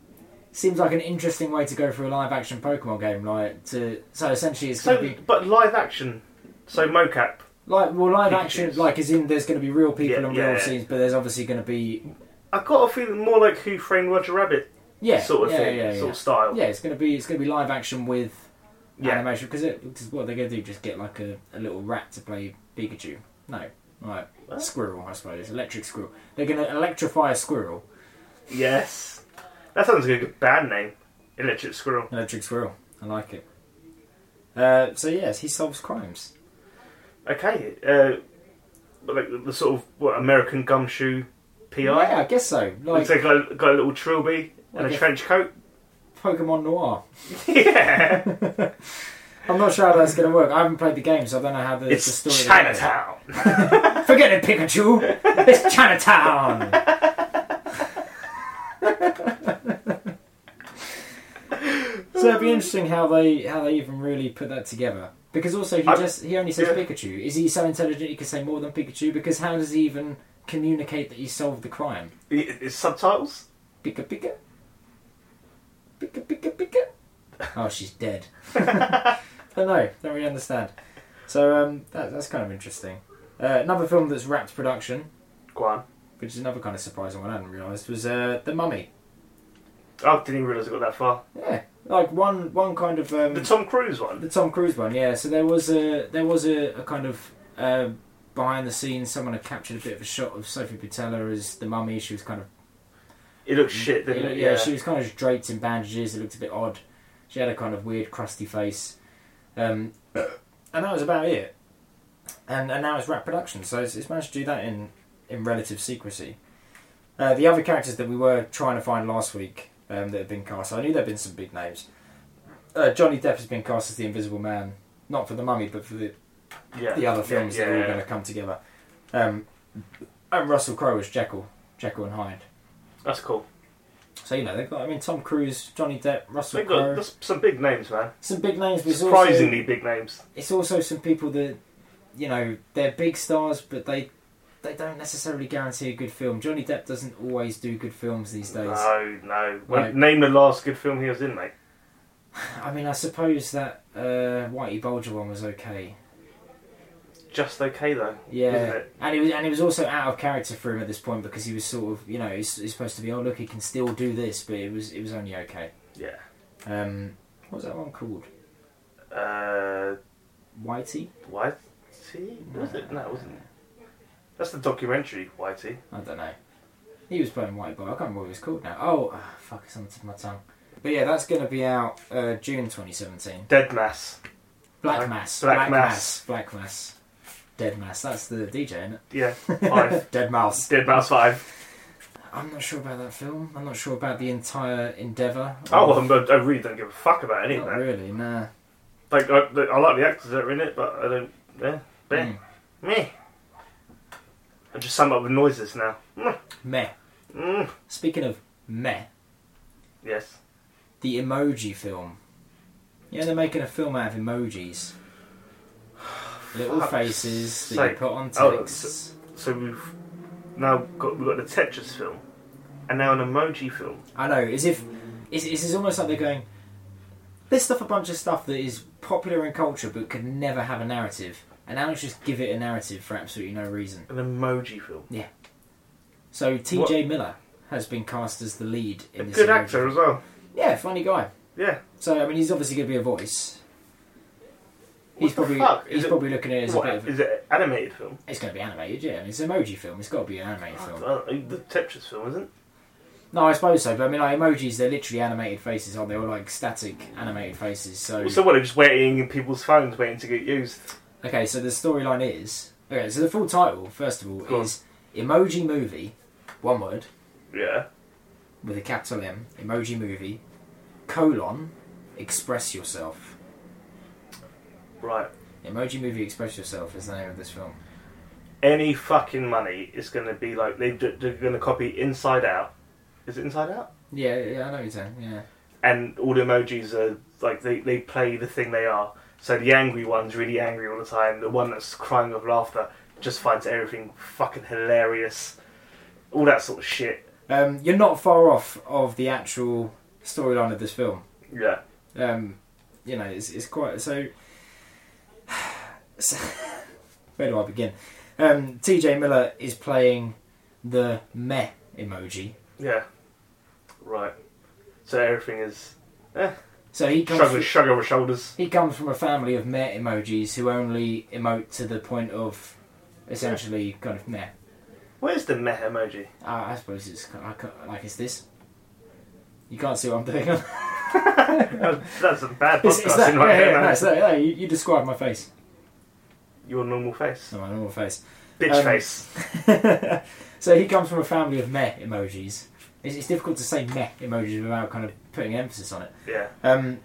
S2: Seems like an interesting way to go for a live action Pokemon game, like to so essentially it's gonna
S3: So,
S2: be
S3: but live action. So mocap.
S2: Like well, live
S3: Pikachu's.
S2: action, like as in there's going to be real people
S3: Yeah,
S2: and real
S3: yeah.
S2: scenes, but there's obviously going to be
S3: I got a feeling more like Who Framed Roger Rabbit
S2: yeah,
S3: sort of
S2: yeah,
S3: thing,
S2: yeah, yeah.
S3: sort of style.
S2: Yeah, it's going to be it's going to be live action with
S3: Yeah.
S2: animation because what they're going to do just get like a, a little rat to play Pikachu. No, Right. Squirrel, I suppose. Electric squirrel. They're going to electrify a squirrel.
S3: Yes. That sounds like a good bad name. Electric Squirrel.
S2: Electric squirrel. I like it. Uh, so, yes, he solves crimes.
S3: Okay. Uh, but like the- the sort of what American gumshoe PI.
S2: Yeah, I guess so. Like
S3: Looks like got, got a little trilby and
S2: Like
S3: a
S2: a-
S3: trench coat.
S2: Pokemon Noir.
S3: yeah.
S2: I'm not sure how that's going to work. I haven't played the game, so I don't know how the, the
S3: It's
S2: story.
S3: Chinatown.
S2: Forget it, Pikachu. It's Chinatown. so it'd be interesting how they how they even really put that together. Because also he
S3: I-
S2: just he only says
S3: yeah.
S2: Pikachu. Is he so intelligent he can say more than Pikachu? Because how does he even communicate that he solved the crime?
S3: It- It's subtitles.
S2: Pika Pika. Pika Pika Pika. Oh, she's dead. don't know. Don't really understand. So um, that, that's kind of interesting. Uh, another film that's wrapped production
S3: Go on.
S2: which is another kind of surprising one I hadn't realised, was uh, the Mummy.
S3: I didn't even realise I got that far.
S2: Yeah, like one one kind of um,
S3: The
S2: the,
S3: Tom Cruise one.
S2: Tom Cruise one. Yeah, so there was a there was a, a kind of uh, behind the scenes. Someone had captured a bit of a shot of Sophie Patella as the Mummy. She was kind of
S3: It looks shit,
S2: it
S3: didn't
S2: looked-
S3: it?
S2: Mm. yeah, she was kind of draped in bandages. It looked a bit odd. She had a kind of weird crusty face, um, and that was about it. And and now it's rap production, so it's, it's managed to do that in in relative secrecy. Uh, the other characters that we were trying to find last week um, that have been cast, I knew there'd been some big names. Uh, Johnny Depp has been cast as the Invisible Man, not for the Mummy, but for the
S3: yeah.
S2: the other films
S3: yeah,
S2: that are all
S3: yeah.
S2: going to come together. Um, and Russell Crowe as Jekyll, Jekyll and Hyde.
S3: That's cool.
S2: So you know they've got. I mean, Tom Cruise, Johnny Depp, Russell
S3: They've got
S2: Crowe.
S3: that's some big names, man.
S2: Some big names. But it's
S3: Surprisingly
S2: Also,
S3: big names.
S2: it's also some people that, you know, they're big stars, but they they don't necessarily guarantee a good film. Johnny Depp doesn't always do good films these days.
S3: No, no. Well,
S2: Right.
S3: Name the last good film he was in, mate.
S2: I mean, I suppose that uh, Whitey Bulger one was okay.
S3: Just okay though. Isn't
S2: Yeah,
S3: it?
S2: and he was and he was also out of character for him at this point because he was sort of you know he's, he's supposed to be oh look he can still do this, but it was it was only okay.
S3: Yeah.
S2: Um, what was that one called?
S3: Uh,
S2: Whitey.
S3: Whitey? Was it? No, it wasn't. That's the documentary, Whitey.
S2: I don't know. He was playing White Boy. I can't remember what he was called now. Oh, ah, fuck, it's on the tip of my tongue. But yeah, that's going to be out uh, June 2017.
S3: Dead Mass.
S2: Black
S3: Black-
S2: Mass.
S3: Black Mass.
S2: Black Mass. Dead Mass. That's the DJ,
S3: Yeah.
S2: isn't
S3: Five.
S2: it? Dead Mouse.
S3: Dead Mouse Five.
S2: I'm not sure about that film. I'm not sure about the entire endeavour.
S3: Oh, well, I'm- I really don't give a fuck about any of
S2: Not
S3: that.
S2: Oh, really, nah.
S3: Like, I, I like the actors that are in it, but I don't. Yeah. Meh.
S2: Mm.
S3: Meh. I'm just summed up with noises now. Mm.
S2: Meh.
S3: Mm.
S2: Speaking of meh,
S3: Yes.
S2: the emoji film. Yeah, they're making a film out of emojis. Little
S3: Fuck's
S2: faces that you
S3: sake.
S2: put on
S3: Oh,
S2: texts.
S3: So we've now got we've got the Tetris film, and now an emoji film.
S2: I know. As if it's, it's it's almost like they're going. Let's stuff a bunch of stuff that is popular in culture but could never have a narrative, and now let's just give it a narrative for absolutely no reason.
S3: An emoji film.
S2: So T.J. Miller has been cast as the lead in
S3: A
S2: this.
S3: good
S2: emoji.
S3: actor as well.
S2: Yeah, funny guy.
S3: Yeah.
S2: So I mean, he's obviously going to be a voice. He's
S3: What the
S2: probably
S3: fuck? Is
S2: he's
S3: it-
S2: probably looking at it as
S3: What,
S2: a bit of.
S3: is it an animated film?
S2: It's going to be animated, yeah. I mean, it's an emoji film. It's got to be an animated film.
S3: Well, uh, the Tetris film isn't.
S2: Oh, No, I suppose so. But I mean, like emojis, they're literally animated faces, aren't they? Or like static animated faces. So
S3: Well, someone just waiting in people's phones, waiting to get used.
S2: Okay, so the storyline is okay. So the full title, first of all,
S3: Go on.
S2: is Emoji Movie, one word
S3: Yeah.
S2: with a capital M. Emoji Movie, colon, Express Yourself.
S3: Right.
S2: Emoji Movie Express Yourself is the name of this film.
S3: Any fucking money is going to be like they, they're going to copy Inside Out. Is it Inside Out?
S2: Yeah, yeah, I know you're saying. Yeah,
S3: And all the emojis are like they, they play the thing they are. So the angry one's really angry all the time. The one that's crying with laughter just finds everything fucking hilarious. All that sort of shit.
S2: um, you're not far off of the actual storyline of this film.
S3: Yeah.
S2: Um, you know, it's, it's quite so. so- where do I begin? Um, T.J. Miller is playing the meh emoji.
S3: Yeah. Right. So everything is
S2: So he comes
S3: shrug,
S2: from,
S3: shrug over shoulders.
S2: he comes from a family of meh emojis who only emote to the point of essentially kind of meh.
S3: Where's the meh emoji?
S2: Uh, I suppose it's kind of, I can't- like it's this. You can't see what I'm doing.
S3: That's, that's a bad
S2: it's,
S3: podcast.
S2: it's that.
S3: in my
S2: Yeah, yeah,
S3: head,
S2: no,
S3: man.
S2: it's that. Yeah, you, you describe my face.
S3: Your normal face.
S2: No, my normal face.
S3: Bitch
S2: Um,
S3: face.
S2: so he comes from a family of meh emojis. It's, it's difficult to say meh emojis without kind of putting emphasis on it.
S3: Yeah.
S2: Um,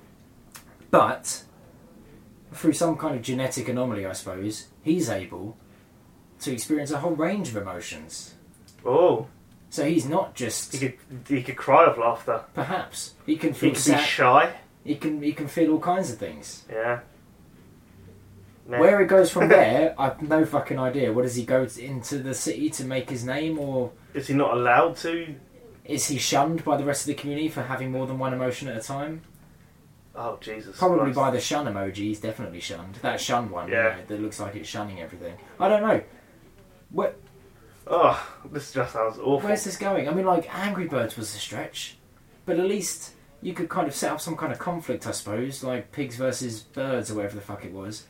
S2: but through some kind of genetic anomaly, I suppose, he's able to experience a whole range of emotions.
S3: Oh,
S2: So he's not just
S3: he could he could cry of laughter.
S2: perhaps he can
S3: He
S2: feel
S3: could be
S2: sad.
S3: shy.
S2: he can he can feel all kinds of things.
S3: Yeah. Meh.
S2: Where it goes from there, I've no fucking idea. What does he go t- into the city to make his name, or
S3: is he not allowed to?
S2: is he shunned by the rest of the community for having more than one emotion at a time?
S3: Oh Jesus.
S2: Probably
S3: Christ.
S2: by the shun emoji, he's definitely shunned. That shun one, you
S3: Yeah.
S2: know, that looks like it's shunning everything. I don't know. Where,
S3: Oh, this just sounds awful.
S2: where's this going? I mean, like, Angry Birds was a stretch, but at least you could kind of set up some kind of conflict, I suppose, like pigs versus birds or whatever the fuck it was.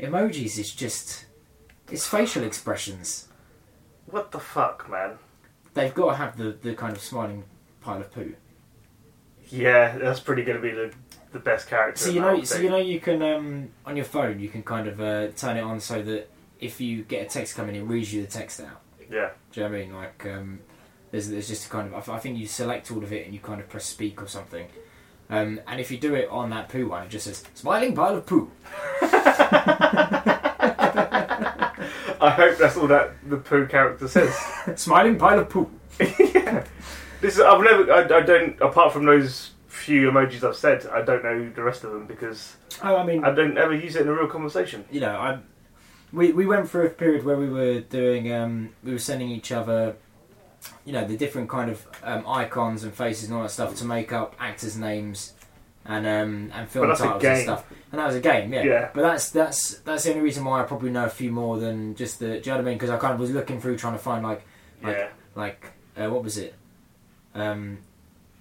S2: Emojis is just. It's facial expressions.
S3: What the fuck, man?
S2: They've got to have the, the kind of smiling pile of poo.
S3: Yeah, that's pretty going to be the the best character.
S2: So
S3: in
S2: you
S3: that
S2: know,
S3: whole
S2: so
S3: thing.
S2: you know, you can um, on your phone, you can kind of uh, turn it on so that if you get a text coming, it reads you the text out.
S3: Yeah.
S2: Do you know what I mean? Like, um, there's, there's just a kind of. I, I think you select all of it and you kind of press speak or something. Um, and if you do it on that poo one, it just says smiling pile of poo.
S3: I hope that's all that the poo character says.
S2: smiling pile of poo.
S3: yeah. This is, I've never. I, I don't. Apart from those few emojis I've said, I don't know the rest of them because
S2: Oh, I mean,
S3: I don't ever use it in a real conversation.
S2: you know, I we we went through a period where we were doing um, we were sending each other, you know, the different kind of um, icons and faces and all that stuff to make up actors' names and um, and film
S3: But that's a
S2: titles and
S3: game.
S2: stuff. And that was a game, yeah.
S3: Yeah.
S2: But that's that's that's the only reason why I probably know a few more than just the. Do you know what I mean? Because I kind of was looking through trying to find like Like-
S3: Yeah.
S2: like uh, what was it? Um,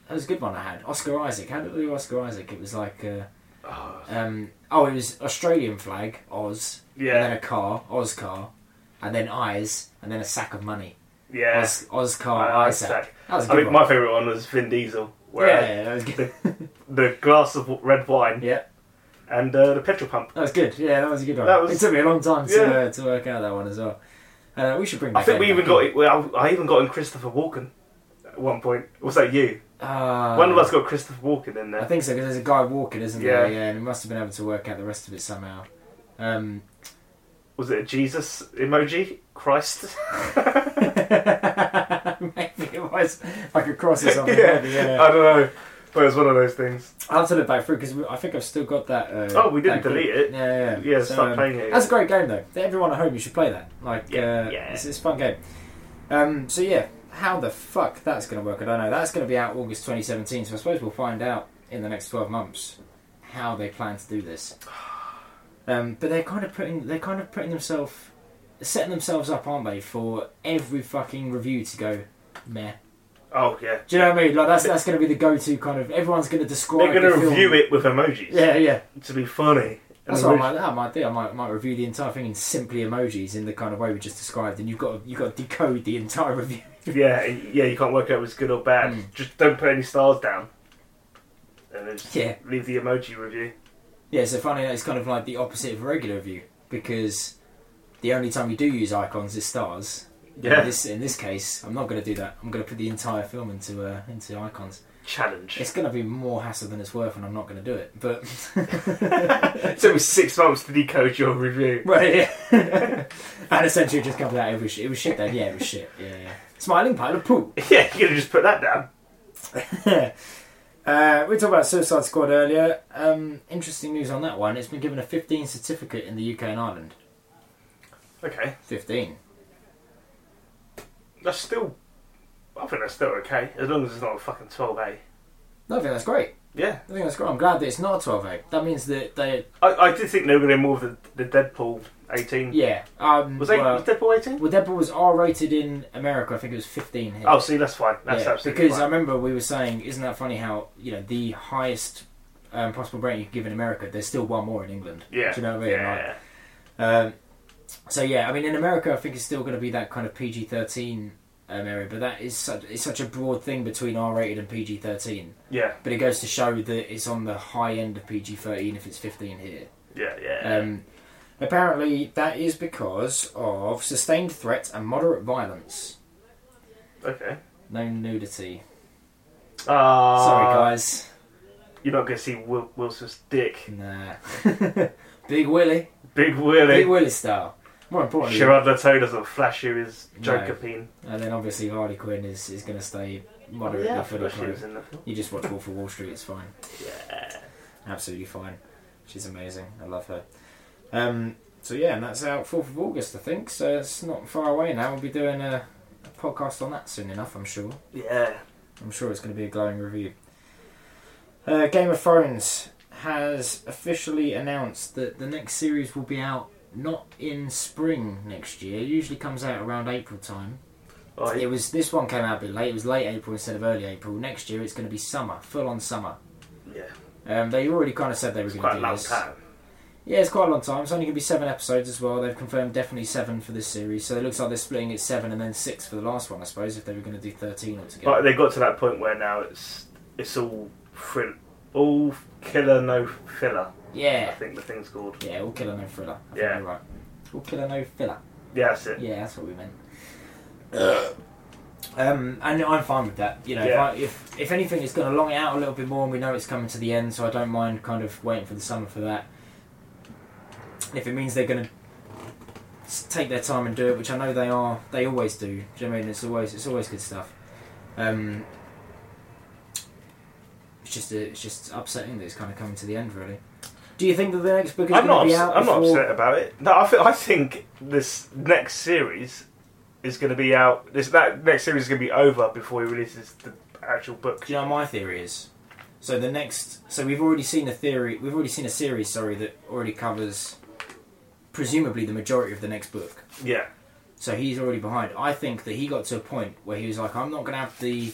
S2: that was a good one I had. Oscar Isaac. How did I do Oscar Isaac? It was like uh,
S3: Oh,
S2: um, oh, it was Australian flag Oz and then
S3: yeah.
S2: a car, Oz car, and then eyes, and then a sack of money.
S3: Yeah.
S2: Oz, Oz car,
S3: I, I,
S2: Isaac. That was a
S3: I
S2: good
S3: think
S2: one.
S3: my favourite one was Vin Diesel, where
S2: yeah, yeah, that was good.
S3: the glass of red wine
S2: yeah,
S3: and uh, the petrol pump.
S2: that was good. Yeah, that was a good one.
S3: That was-
S2: It took me a long time to,
S3: Yeah.
S2: uh, to work out that one as well. Uh, we should bring.
S3: I think we
S2: Fame
S3: even
S2: back
S3: got. Well, I even got in Christopher Walken at one point. Was that you?
S2: in. Uh,
S3: One of us got Christopher Walken in
S2: I
S3: there.
S2: think so because there's a guy walking, isn't there?
S3: Yeah.
S2: Yeah, and he must have been able to work out the rest of it somehow. Um,
S3: Was it a Jesus emoji? Christ?
S2: maybe it was like a cross or something.
S3: Yeah.
S2: maybe, yeah.
S3: I don't know. But it was one of those things.
S2: I'll have to look back through because I think I've still got that. Uh,
S3: Oh, we
S2: that
S3: didn't
S2: group.
S3: delete it.
S2: Yeah, yeah.
S3: Yeah,
S2: So,
S3: start
S2: um,
S3: playing it.
S2: That's a great game though. Everyone at home, you should play that. Like,
S3: Yeah,
S2: uh,
S3: yeah.
S2: It's, it's a fun game. Um, so yeah, how the fuck that's going to work, I don't know. That's going to be out August 2017. So I suppose we'll find out in the next 12 months how they plan to do this. Um, but they're kind of putting they're kind of putting themselves setting themselves up, aren't they, for every fucking review to go meh.
S3: Oh, yeah.
S2: Do you know what I mean? Like that's that's going to be the go-to kind of everyone's going to
S3: They're
S2: describe.
S3: going to
S2: the film.
S3: review it with emojis
S2: Yeah, yeah.
S3: to be funny. And
S2: That's what I
S3: orig-
S2: might, that I might do. I might, might review the entire thing in simply emojis in the kind of way we just described, and you've got to, you've got to decode the entire review.
S3: yeah, yeah, you can't work out if it's good or bad.
S2: Mm.
S3: Just don't put any stars down. And then just
S2: Yeah.
S3: leave the emoji review.
S2: Yeah, so funny that it's kind of like the opposite of a regular review because the only time you do use icons is stars. In
S3: Yeah.
S2: this in this case, I'm not going to do that. I'm going to put the entire film into uh, into icons.
S3: Challenge.
S2: It's going to be more hassle than it's worth, and I'm not going to do it. But
S3: it took me six months to decode your review.
S2: right, yeah. and essentially, it just comes out. It was it was shit. Then yeah, it was shit. Yeah, yeah. Smiling pile of poo.
S3: Yeah, you could have just put that down.
S2: Uh, we talked about Suicide Squad earlier. Um, interesting news on that one. It's been given a 15 certificate in the UK and Ireland.
S3: Okay.
S2: 15.
S3: That's still. I think that's still okay, as long as it's not a fucking 12A.
S2: No, I think that's great.
S3: Yeah.
S2: I think that's great. I'm glad that it's not a 12A. That means that they.
S3: I, I did think they were going to move the, the Deadpool 18.
S2: Yeah. Um,
S3: Was, they,
S2: well,
S3: was Deadpool 18?
S2: well, Deadpool was R rated in America. I think it was 15 here.
S3: Oh, see, that's fine. That's
S2: Yeah,
S3: absolutely
S2: Because I
S3: fine.
S2: remember we were saying, isn't that funny how, you know, the highest um, possible rating you can give in America, there's still one more in England.
S3: yeah.
S2: Do you know what I mean?
S3: yeah.
S2: Like, Um, So yeah, I mean, in America, I think it's still going to be that kind of PG thirteen um, area, but that is such, it's such a broad thing between R rated and PG thirteen.
S3: Yeah,
S2: But it goes to show that it's on the high end of PG thirteen if it's fifteen here.
S3: yeah, yeah.
S2: Um, apparently, that is because of sustained threat and moderate violence,
S3: okay.
S2: no nudity.
S3: Uh,
S2: Sorry, guys.
S3: You're not going to see Wil- Wilson's dick.
S2: Nah. uh, Big Willie.
S3: Big Willie.
S2: Big Willie style. More importantly,
S3: Gerard Leto doesn't flash you his
S2: No.
S3: Jokapine.
S2: and then obviously Harley Quinn is, is going to stay moderately
S3: yeah, I
S2: for the
S3: forgot she
S2: kind
S3: was
S2: of-
S3: in the
S2: You just watch Wolf of Wall Street. It's fine. Absolutely fine. She's amazing. I love her. Um, so yeah, and that's out fourth of August, I think. So it's not far away now. We'll be doing a, a podcast on that soon enough. I'm sure.
S3: Yeah.
S2: I'm sure it's going to be a glowing review. Uh, Game of Thrones has officially announced that the next series will be out not in spring next year. It usually comes out around April time.
S3: Oh,
S2: It was this one came out a bit late. It was late April instead of early April. Next year it's going to be summer, full on summer.
S3: yeah.
S2: Um, they already kind of said they were
S3: It's
S2: going to
S3: quite a
S2: do
S3: long
S2: this.
S3: time.
S2: Yeah, it's quite a long time. It's only going to be seven episodes as well. They've confirmed definitely seven for this series. So it looks like they're splitting it seven and then six for the last one, I suppose, if they were going to do thirteen altogether.
S3: But they got to that point where now it's it's all thrill, all killer, no filler. I
S2: yeah,
S3: think the thing's called.
S2: yeah, all killer no thriller. I think
S3: Yeah.
S2: you're right. All killer no filler.
S3: Yeah, that's it.
S2: Yeah, that's what we meant. um, and I'm fine with that. You know,
S3: Yeah.
S2: if, I, if if anything, it's going to long it out a little bit more, and we know it's coming to the end, so I don't mind kind of waiting for the summer for that. And if it means they're going to take their time and do it, which I know they are, they always do. Do you know what I mean? It's always it's always good stuff. Um, it's just it's just upsetting that it's kind of coming to the end, really. Do you think that the next book is
S3: I'm
S2: going
S3: not.
S2: to be
S3: ups-
S2: out?
S3: I'm not
S2: before-
S3: upset about it. No, I, feel, I think this next series is going to be out. This that next series is going to be over before he releases the actual book.
S2: Do you know what my theory is? So the next, so we've already seen a theory, we've already seen a series, sorry, that already covers presumably the majority of the next book.
S3: Yeah,
S2: So he's already behind. I think that he got to a point where he was like, I'm not going to have the,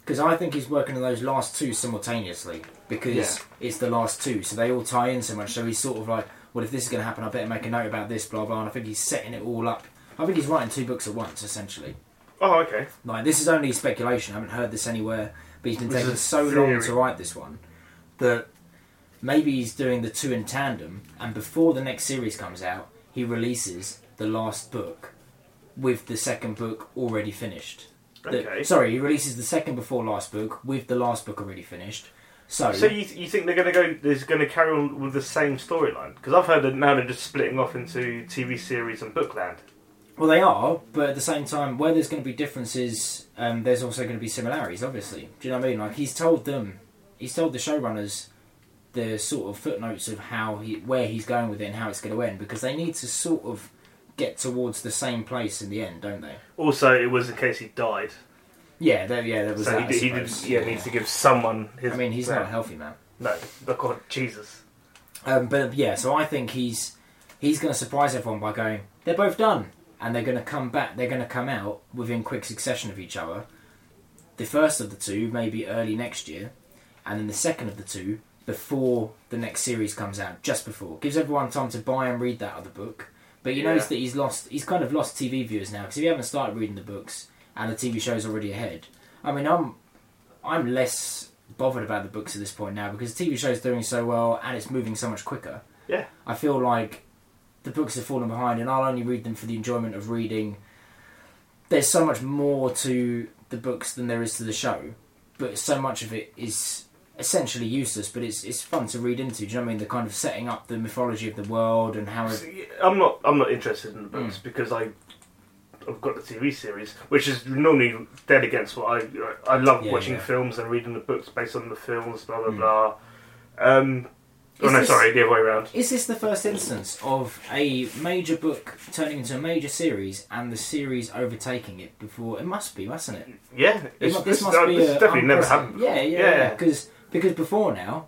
S2: because I think he's working on those last two simultaneously because
S3: Yeah.
S2: it's the last two, so they all tie in so much. So he's sort of like, well, if this is going to happen, I better make a note about this, blah blah. And I think he's setting it all up. I think he's writing two books at once, essentially.
S3: Oh, okay.
S2: Like this is only speculation. I haven't heard this anywhere, but he's been
S3: This
S2: taking
S3: is
S2: so long
S3: theory.
S2: to write this one that maybe he's doing the two in tandem, and before the next series comes out, he releases the last book with the second book already finished. The-
S3: Okay.
S2: sorry, he releases the second before last book with the last book already finished. So,
S3: So you, you think they're going to go? There's going to carry on with the same storyline? Because I've heard that now they're just splitting off into TV series and Bookland.
S2: well, they are, but at the same time, where there's going to be differences, um, there's also going to be similarities. Obviously, do you know what I mean? Like he's told them, he's told the showrunners the sort of footnotes of how he where he's going with it and how it's going to end because they need to sort of get towards the same place in the end, don't they?
S3: Also, it was in case he died,
S2: Yeah, there, yeah, there was
S3: so
S2: that. I
S3: he, he did,
S2: suppose.
S3: yeah, needs to give someone his.
S2: I mean, he's
S3: no,
S2: not a healthy man.
S3: no, oh God, Jesus.
S2: Um, but yeah, so I think he's he's going to surprise everyone by going, they're both done, and they're going to come back. They're going to come out within quick succession of each other. The first of the two maybe early next year, and then the second of the two before the next series comes out, just before gives everyone time to buy and read that other book. But you
S3: Yeah.
S2: notice that he's lost. He's kind of lost TV viewers now because if you haven't started reading the books and the TV show's already ahead. I mean, I'm I'm less bothered about the books at this point now because the TV show's doing so well and it's moving so much quicker.
S3: Yeah.
S2: I feel like the books have fallen behind and I'll only read them for the enjoyment of reading. There's so much more to the books than there is to the show, but so much of it is essentially useless, but it's it's fun to read into. Do you know what I mean? The kind of setting up the mythology of the world and how it,
S3: See, I'm not. I'm not interested in the books
S2: Hmm.
S3: because I, I've got the TV series, which is normally dead against what I. I love
S2: Yeah,
S3: watching
S2: yeah.
S3: films and reading the books based on the films, blah blah
S2: Mm.
S3: blah. Um, oh
S2: Is
S3: no,
S2: this-
S3: sorry, the other way around.
S2: Is this the first instance of a major book turning into a major series and the series overtaking it before? It must be, mustn't it?
S3: Yeah,
S2: It
S3: it's,
S2: mu-
S3: it's- no, this
S2: a
S3: has definitely never
S2: unprecedented-
S3: happened.
S2: Yeah, yeah,
S3: Yeah.
S2: yeah. Because because before now,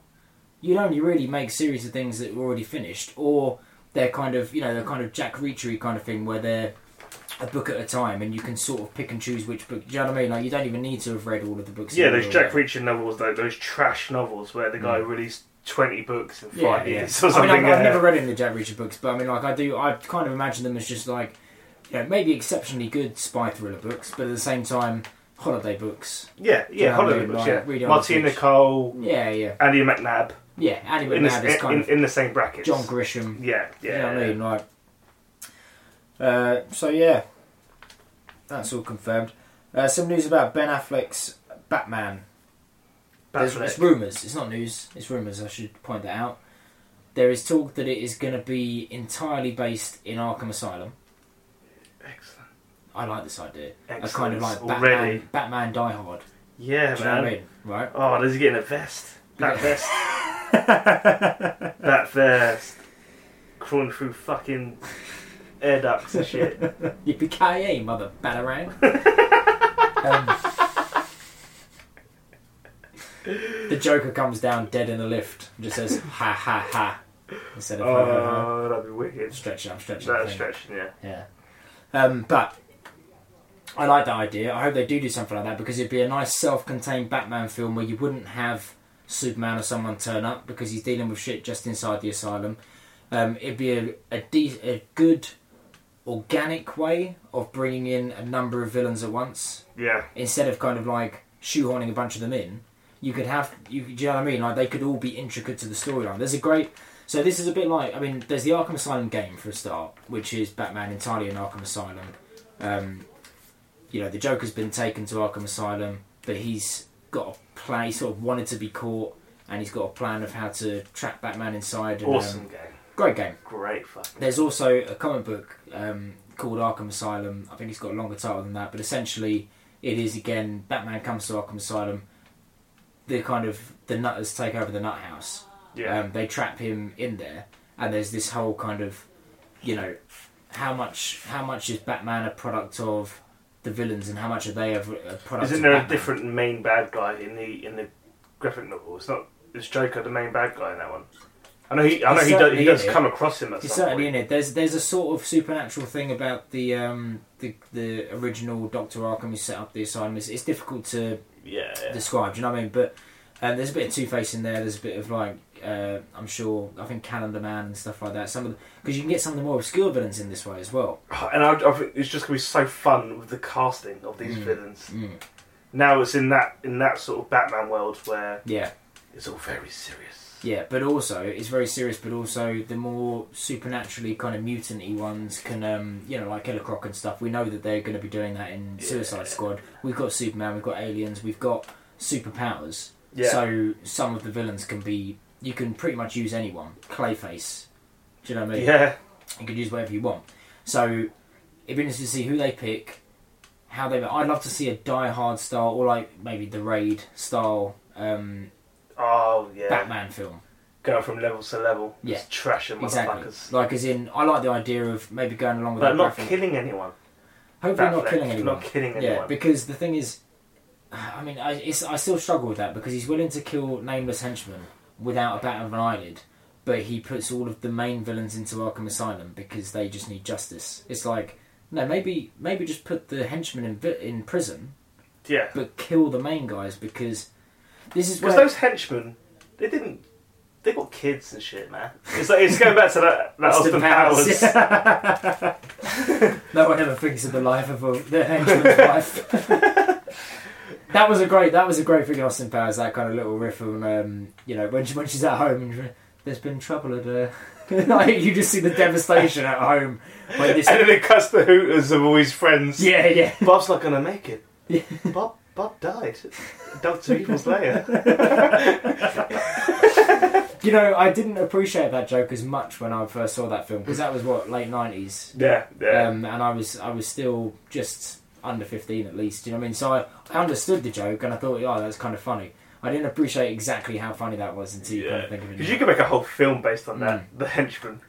S2: you'd only really make series of things that were already finished, or they're kind of you know they're kind of Jack Reachery kind of thing where they're a book at a time, and you can sort of pick and choose which book. Do you know what I mean? Like you don't even need to have read all of the books.
S3: Yeah,
S2: in
S3: those
S2: order.
S3: Mm. Jack Reacher novels, though, those trash novels where the guy released twenty books in five
S2: Yeah, yeah.
S3: years
S2: I
S3: or
S2: mean,
S3: something.
S2: I've, I've
S3: yeah.
S2: never read any of the Jack Reacher books, but I mean, like, I do, I kind of imagine them as just like, you know, maybe exceptionally good spy thriller books, but at the same time, holiday books.
S3: yeah, yeah,
S2: Yeah, I
S3: holiday
S2: read,
S3: books.
S2: like, read
S3: yeah,
S2: on
S3: Martina
S2: the beach.
S3: Cole,
S2: Yeah, yeah.
S3: Andy McNab
S2: Yeah, Annie
S3: Mm. in,
S2: McNabb
S3: the,
S2: is
S3: in, e,
S2: kind of
S3: in the same brackets.
S2: John Grisham.
S3: Yeah, yeah.
S2: You know what I mean? Like, uh, so yeah, that's all confirmed. Uh, some news about Ben Affleck's Batman.
S3: That's
S2: There's- It's
S3: right.
S2: rumours. It's not news. It's rumours. I should point that out. There is talk that it is going to be entirely based in Arkham Asylum.
S3: Excellent.
S2: I like this idea.
S3: Excellent.
S2: a kind of like Batman,
S3: already.
S2: Batman Die Hard.
S3: Yeah,
S2: Do you know
S3: man.
S2: what I mean? Right?
S3: Oh, does he get in a vest?
S2: Yeah.
S3: That vest. that vest. Crawling through fucking air ducts and shit.
S2: Yippee mother Batarang. um, the Joker comes down dead in the lift and just says, ha ha ha. Instead of ha ha ha.
S3: oh, that'd be wicked.
S2: I'm stretching, I'm stretching. I
S3: That's
S2: think.
S3: stretching, yeah.
S2: Yeah. Um, but I like that idea. I hope they do do something like that because it'd be a nice self-contained Batman film where you wouldn't have Superman or someone turn up because he's dealing with shit just inside the asylum. Um, it'd be a a, de- a good organic way of bringing in a number of villains at once
S3: Yeah.
S2: instead of kind of like shoehorning a bunch of them in, you could have you. Do you know what I mean? Like they could all be intricate to the storyline. There's a great. So this is a bit like I mean, there's the Arkham Asylum game for a start, which is Batman entirely in Arkham Asylum. Um, you know, the Joker's been taken to Arkham Asylum, but he's got a plan. He sort of wanted to be caught, and he's got a plan of how to trap Batman inside. And, um,
S3: Awesome game.
S2: great game.
S3: Great fucking.
S2: There's also a comic book um, called Arkham Asylum. I think it's got a longer title than that, but essentially it is again Batman comes to Arkham Asylum. The kind of the nutters take over the nut house.
S3: Yeah.
S2: Um, they trap him in there, and there's this whole kind of, you know, how much how much is Batman a product of the villains, and how much are they a, a product?
S3: Isn't
S2: of
S3: there a
S2: Batman?
S3: different main bad guy in the in the graphic novel? It's not. It's Joker the main bad guy in that one? I know he. I know
S2: He's
S3: he does. He
S2: certainly
S3: does
S2: in it.
S3: come across him at
S2: He's
S3: some
S2: certainly
S3: point.
S2: in it. There's there's a sort of supernatural thing about the um the the original Doctor Arkham who set up the asylum. It's, it's difficult to
S3: Yeah. yeah.
S2: describe. Do you know what I mean? But um, there's a bit of Two Face in there. There's a bit of like uh, I'm sure I think Calendar Man and stuff like that. Some of because you can get some of the more obscure villains in this way as well.
S3: And I, I think it's just gonna be so fun with the casting of these
S2: Mm.
S3: villains.
S2: Mm.
S3: Now it's in that in that sort of Batman world where
S2: Yeah,
S3: it's all very serious.
S2: yeah. But also it's very serious. But also the more supernaturally kind of mutant-y ones can um, you know like Killer Croc and stuff. We know that they're going to be doing that in
S3: Yeah.
S2: Suicide Squad. We've got Superman. We've got aliens. We've got superpowers.
S3: Yeah.
S2: So some of the villains can be you can pretty much use anyone. Clayface. Do you know what I mean?
S3: yeah.
S2: You could use whatever you want. So it'd be interesting to see who they pick, how they. I'd love to see a Die Hard style, or like maybe the Raid style um,
S3: Oh yeah.
S2: Batman film.
S3: Going from level to level.
S2: Yeah.
S3: Just trashing
S2: Exactly.
S3: motherfuckers.
S2: Like as in, I like the idea of maybe going along with
S3: But
S2: that
S3: not
S2: graphic.
S3: killing anyone.
S2: Hopefully,
S3: Batfleck,
S2: not killing anyone.
S3: Not killing anyone.
S2: Yeah, because the thing is, I mean, I, it's, I still struggle with that because he's willing to kill nameless henchmen without a bat of an eyelid, but he puts all of the main villains into Arkham Asylum because they just need justice. It's like, no, maybe maybe just put the henchmen in vi- in prison,
S3: yeah.
S2: but kill the main guys because this is
S3: Because
S2: where
S3: those henchmen, they didn't. They got kids and shit, man. It's like it's going back to that, that
S2: Austin
S3: Austin Powers.
S2: no one ever thinks of the life of a, the henchman's life. that was a great. That was a great thing. in Austin Powers. That kind of little riff on, um, you know, when she, when she's at home and she- there's been trouble at. Uh, like you just see the devastation at home when this.
S3: And then it cuts the hooters of all his friends.
S2: Yeah, yeah.
S3: Bob's not gonna make it.
S2: Yeah.
S3: Bob, Bob died. Doctor Evil's layer.
S2: You know, I didn't appreciate that joke as much when I first saw that film because that was what late nineties.
S3: Yeah, yeah.
S2: um, and I was I was still just under fifteen at least. You know what I mean? So I, I understood the joke and I thought, oh, that's kind of funny. I didn't appreciate exactly how funny that was until you kind
S3: yeah.
S2: of think of it.
S3: Because you could make a whole film based on that.
S2: Mm.
S3: The henchmen.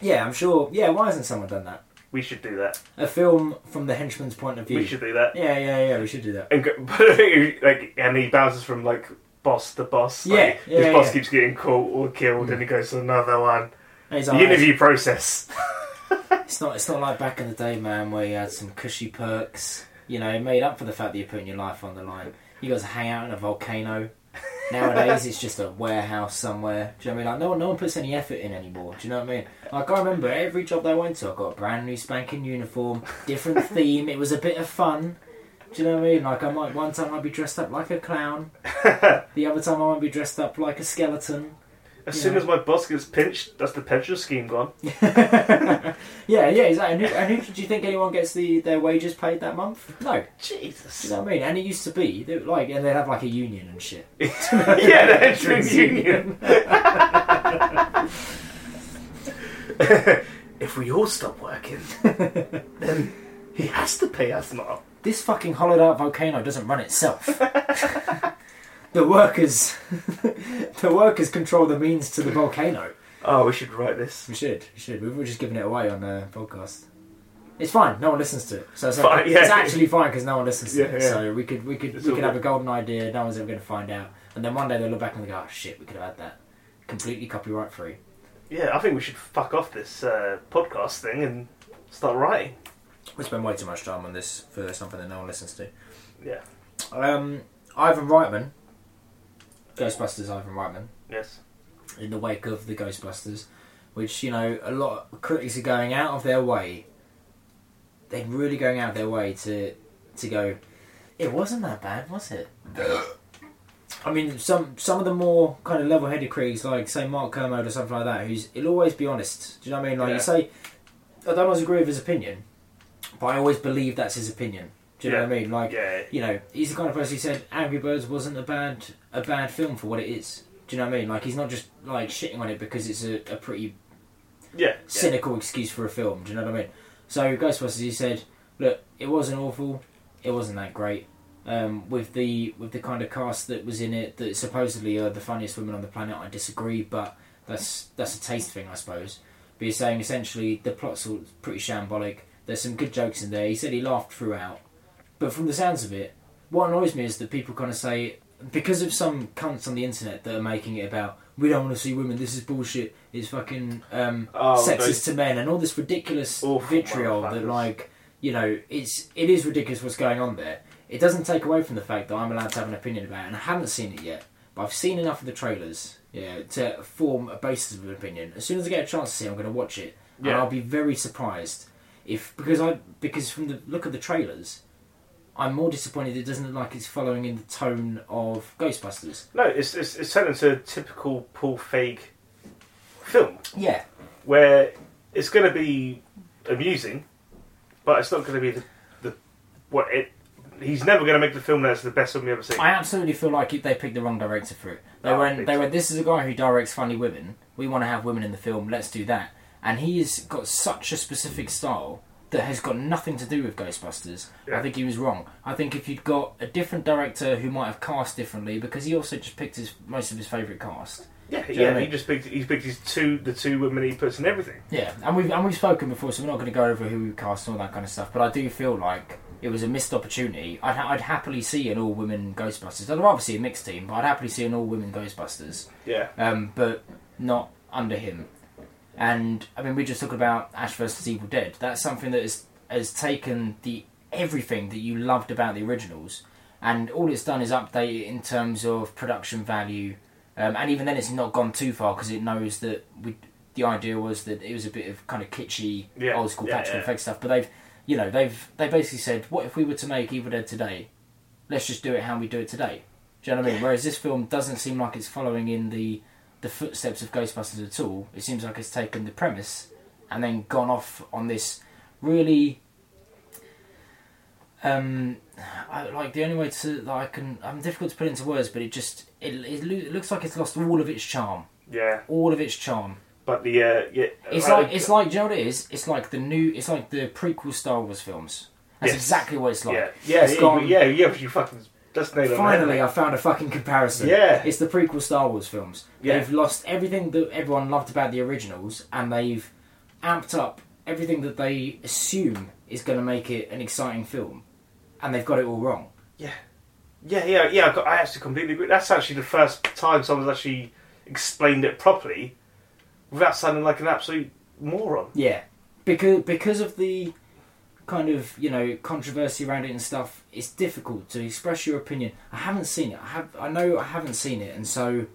S2: Yeah, I'm sure. Yeah, why hasn't someone done that?
S3: We should do that.
S2: A film from the henchman's point of view.
S3: We should do that.
S2: Yeah, yeah, yeah. We should do that.
S3: And go, but like, and he bounces from like boss to boss. Like,
S2: Yeah, yeah,
S3: his boss
S2: yeah.
S3: keeps getting caught or killed, and he goes to another one.
S2: And he's
S3: The
S2: like,
S3: interview process.
S2: It's not. It's not like back in the day, man, where you had some cushy perks. You know, it made up for the fact that you're putting your life on the line. You guys hang out in a volcano. Nowadays, it's just a warehouse somewhere. Do you know what I mean? Like, no one, no one puts any effort in anymore. Do you know what I mean? Like, I remember every job that I went to, I got a brand new spanking uniform, different theme. It was a bit of fun. Do you know what I mean? Like, I might one time I'd be dressed up like a clown. The other time I might be dressed up like a skeleton.
S3: as soon
S2: Yeah.
S3: as my boss gets pinched, that's the pension scheme gone.
S2: yeah, yeah, exactly. And who, and who do you think anyone gets the their wages paid that month? No. Do you
S3: Jesus.
S2: know what I mean? And it used to be they were like, and they'd have like a union and shit.
S3: yeah, the entering union. if we all stop working, then he has to pay us more.
S2: This fucking hollowed out volcano doesn't run itself. the workers, the workers control the means to the volcano.
S3: Oh, we should write this.
S2: We should, we should. We were just giving it away on the podcast. It's fine. No one listens to it, so it's,
S3: Fine,
S2: okay.
S3: yeah.
S2: it's actually fine because no one listens to
S3: Yeah,
S2: it.
S3: yeah.
S2: So we could, we could,
S3: It's
S2: we
S3: all
S2: could have a
S3: good.
S2: golden idea. No one's ever going to find out, and then one day they'll look back and go, "Oh shit, we could have had that." Completely copyright free.
S3: Yeah, I think we should fuck off this uh, podcast thing and start writing.
S2: We spend way too much time on this for something that no one listens to.
S3: Yeah.
S2: Um, Ivan Reitman, Ghostbusters Ivan Reitman,
S3: Yes.
S2: in the wake of the Ghostbusters, which you know a lot of critics are going out of their way. They're really going out of their way to to go. It wasn't that bad, was it? I mean, some some of the more kind of level-headed critics, like say Mark Kermode or something like that, who's he'll always be honest. Do you know what I mean? Like
S3: Yeah.
S2: you say, I don't always agree with his opinion, but I always believe that's his opinion. Do you know what I mean? Like
S3: Yeah.
S2: you know, he's the kind of person who said Angry Birds wasn't a bad a bad film for what it is. Do you know what I mean? Like he's not just like shitting on it because it's a, a pretty
S3: Yeah. yeah.
S2: cynical excuse for a film. Do you know what I mean? So Ghostbusters, he said, look, it wasn't awful, it wasn't that great. Um, with the with the kind of cast that was in it, that supposedly are the funniest women on the planet, I disagree, but that's that's a taste thing, I suppose. But he's saying essentially the plot's all pretty shambolic. There's some good jokes in there. He said he laughed throughout, but from the sounds of it, what annoys me is that people kind of say because of some cunts on the internet that are making it about we don't want to see women. This is bullshit. It's fucking um,
S3: Oh,
S2: sexist to men and all this ridiculous
S3: Awful
S2: vitriol that
S3: motherfuckers.
S2: like you know it's it is ridiculous what's going on there. It doesn't take away from the fact that I'm allowed to have an opinion about it, and I haven't seen it yet. But I've seen enough of the trailers, yeah, to form a basis of an opinion. As soon as I get a chance to see, it, I'm going to watch it, and
S3: Yeah.
S2: I'll be very surprised if because I because from the look of the trailers, I'm more disappointed it doesn't look like it's following in the tone of Ghostbusters.
S3: No, it's, it's, it's turned into a typical Paul Feig film
S2: Yeah,
S3: where it's going to be amusing, but it's not going to be the, the what it. He's never going to make the film that's the best film you ever seen.
S2: I absolutely feel like they picked the wrong director for it. They
S3: Oh, I
S2: went,
S3: think
S2: they
S3: so.
S2: went. This is a guy who directs funny women. We want to have women in the film. Let's do that. And he's got such a specific style that has got nothing to do with Ghostbusters. I
S3: Yeah.
S2: think he was wrong. I think if you'd got a different director who might have cast differently, because he also just picked his most of his favourite cast.
S3: yeah,
S2: you know what I
S3: yeah. He
S2: mean?
S3: just picked. He's picked his two, the two women he puts in everything.
S2: Yeah, and we've and we've spoken before, so we're not going to go over who we cast and all that kind of stuff. But I do feel like it was a missed opportunity. I'd, ha- I'd happily see an all women Ghostbusters. I'd rather see a mixed team, but I'd happily see an all women Ghostbusters.
S3: Yeah,
S2: um, but not under him. And I mean, we just talked about Ash versus Evil Dead. That's something that has has taken the everything that you loved about the originals, and all it's done is update it in terms of production value. Um, and even then, it's not gone too far because it knows that we. The idea was that it was a bit of kind of kitschy,
S3: Yeah,
S2: old school
S3: yeah,
S2: practical
S3: yeah.
S2: effects stuff. But they've, you know, they've they basically said, what if we were to make Evil Dead today? Let's just do it how we do it today. Do you know what I mean? Whereas this film doesn't seem like it's following in the the footsteps of Ghostbusters at all. It seems like it's taken the premise and then gone off on this really. Um, I, like the only way to that I can I'm difficult to put into words, but it just it, it, lo- it looks like it's lost all of its charm,
S3: yeah.
S2: all of its charm.
S3: But the uh, yeah,
S2: It's
S3: I-
S2: like it's like do you know what it is? It's like the new it's like the prequel Star Wars films. That's
S3: Yes.
S2: exactly what it's like.
S3: yeah, yeah,
S2: It's
S3: yeah,
S2: gone-
S3: yeah, yeah. You fucking just nailed it on the head.
S2: Finally, I found a fucking comparison.
S3: Yeah.
S2: It's the prequel Star Wars films.
S3: Yeah.
S2: They've lost everything that everyone loved about the originals and they've amped up everything that they assume is going to make it an exciting film. And they've got it all wrong.
S3: Yeah, yeah, yeah. I got- I actually completely agree. That's actually the first time someone's actually explained it properly without sounding like an absolute moron.
S2: Yeah. Because because of the kind of you know controversy around it and stuff, it's difficult to express your opinion. I haven't seen it. I have. I know I haven't seen it, and so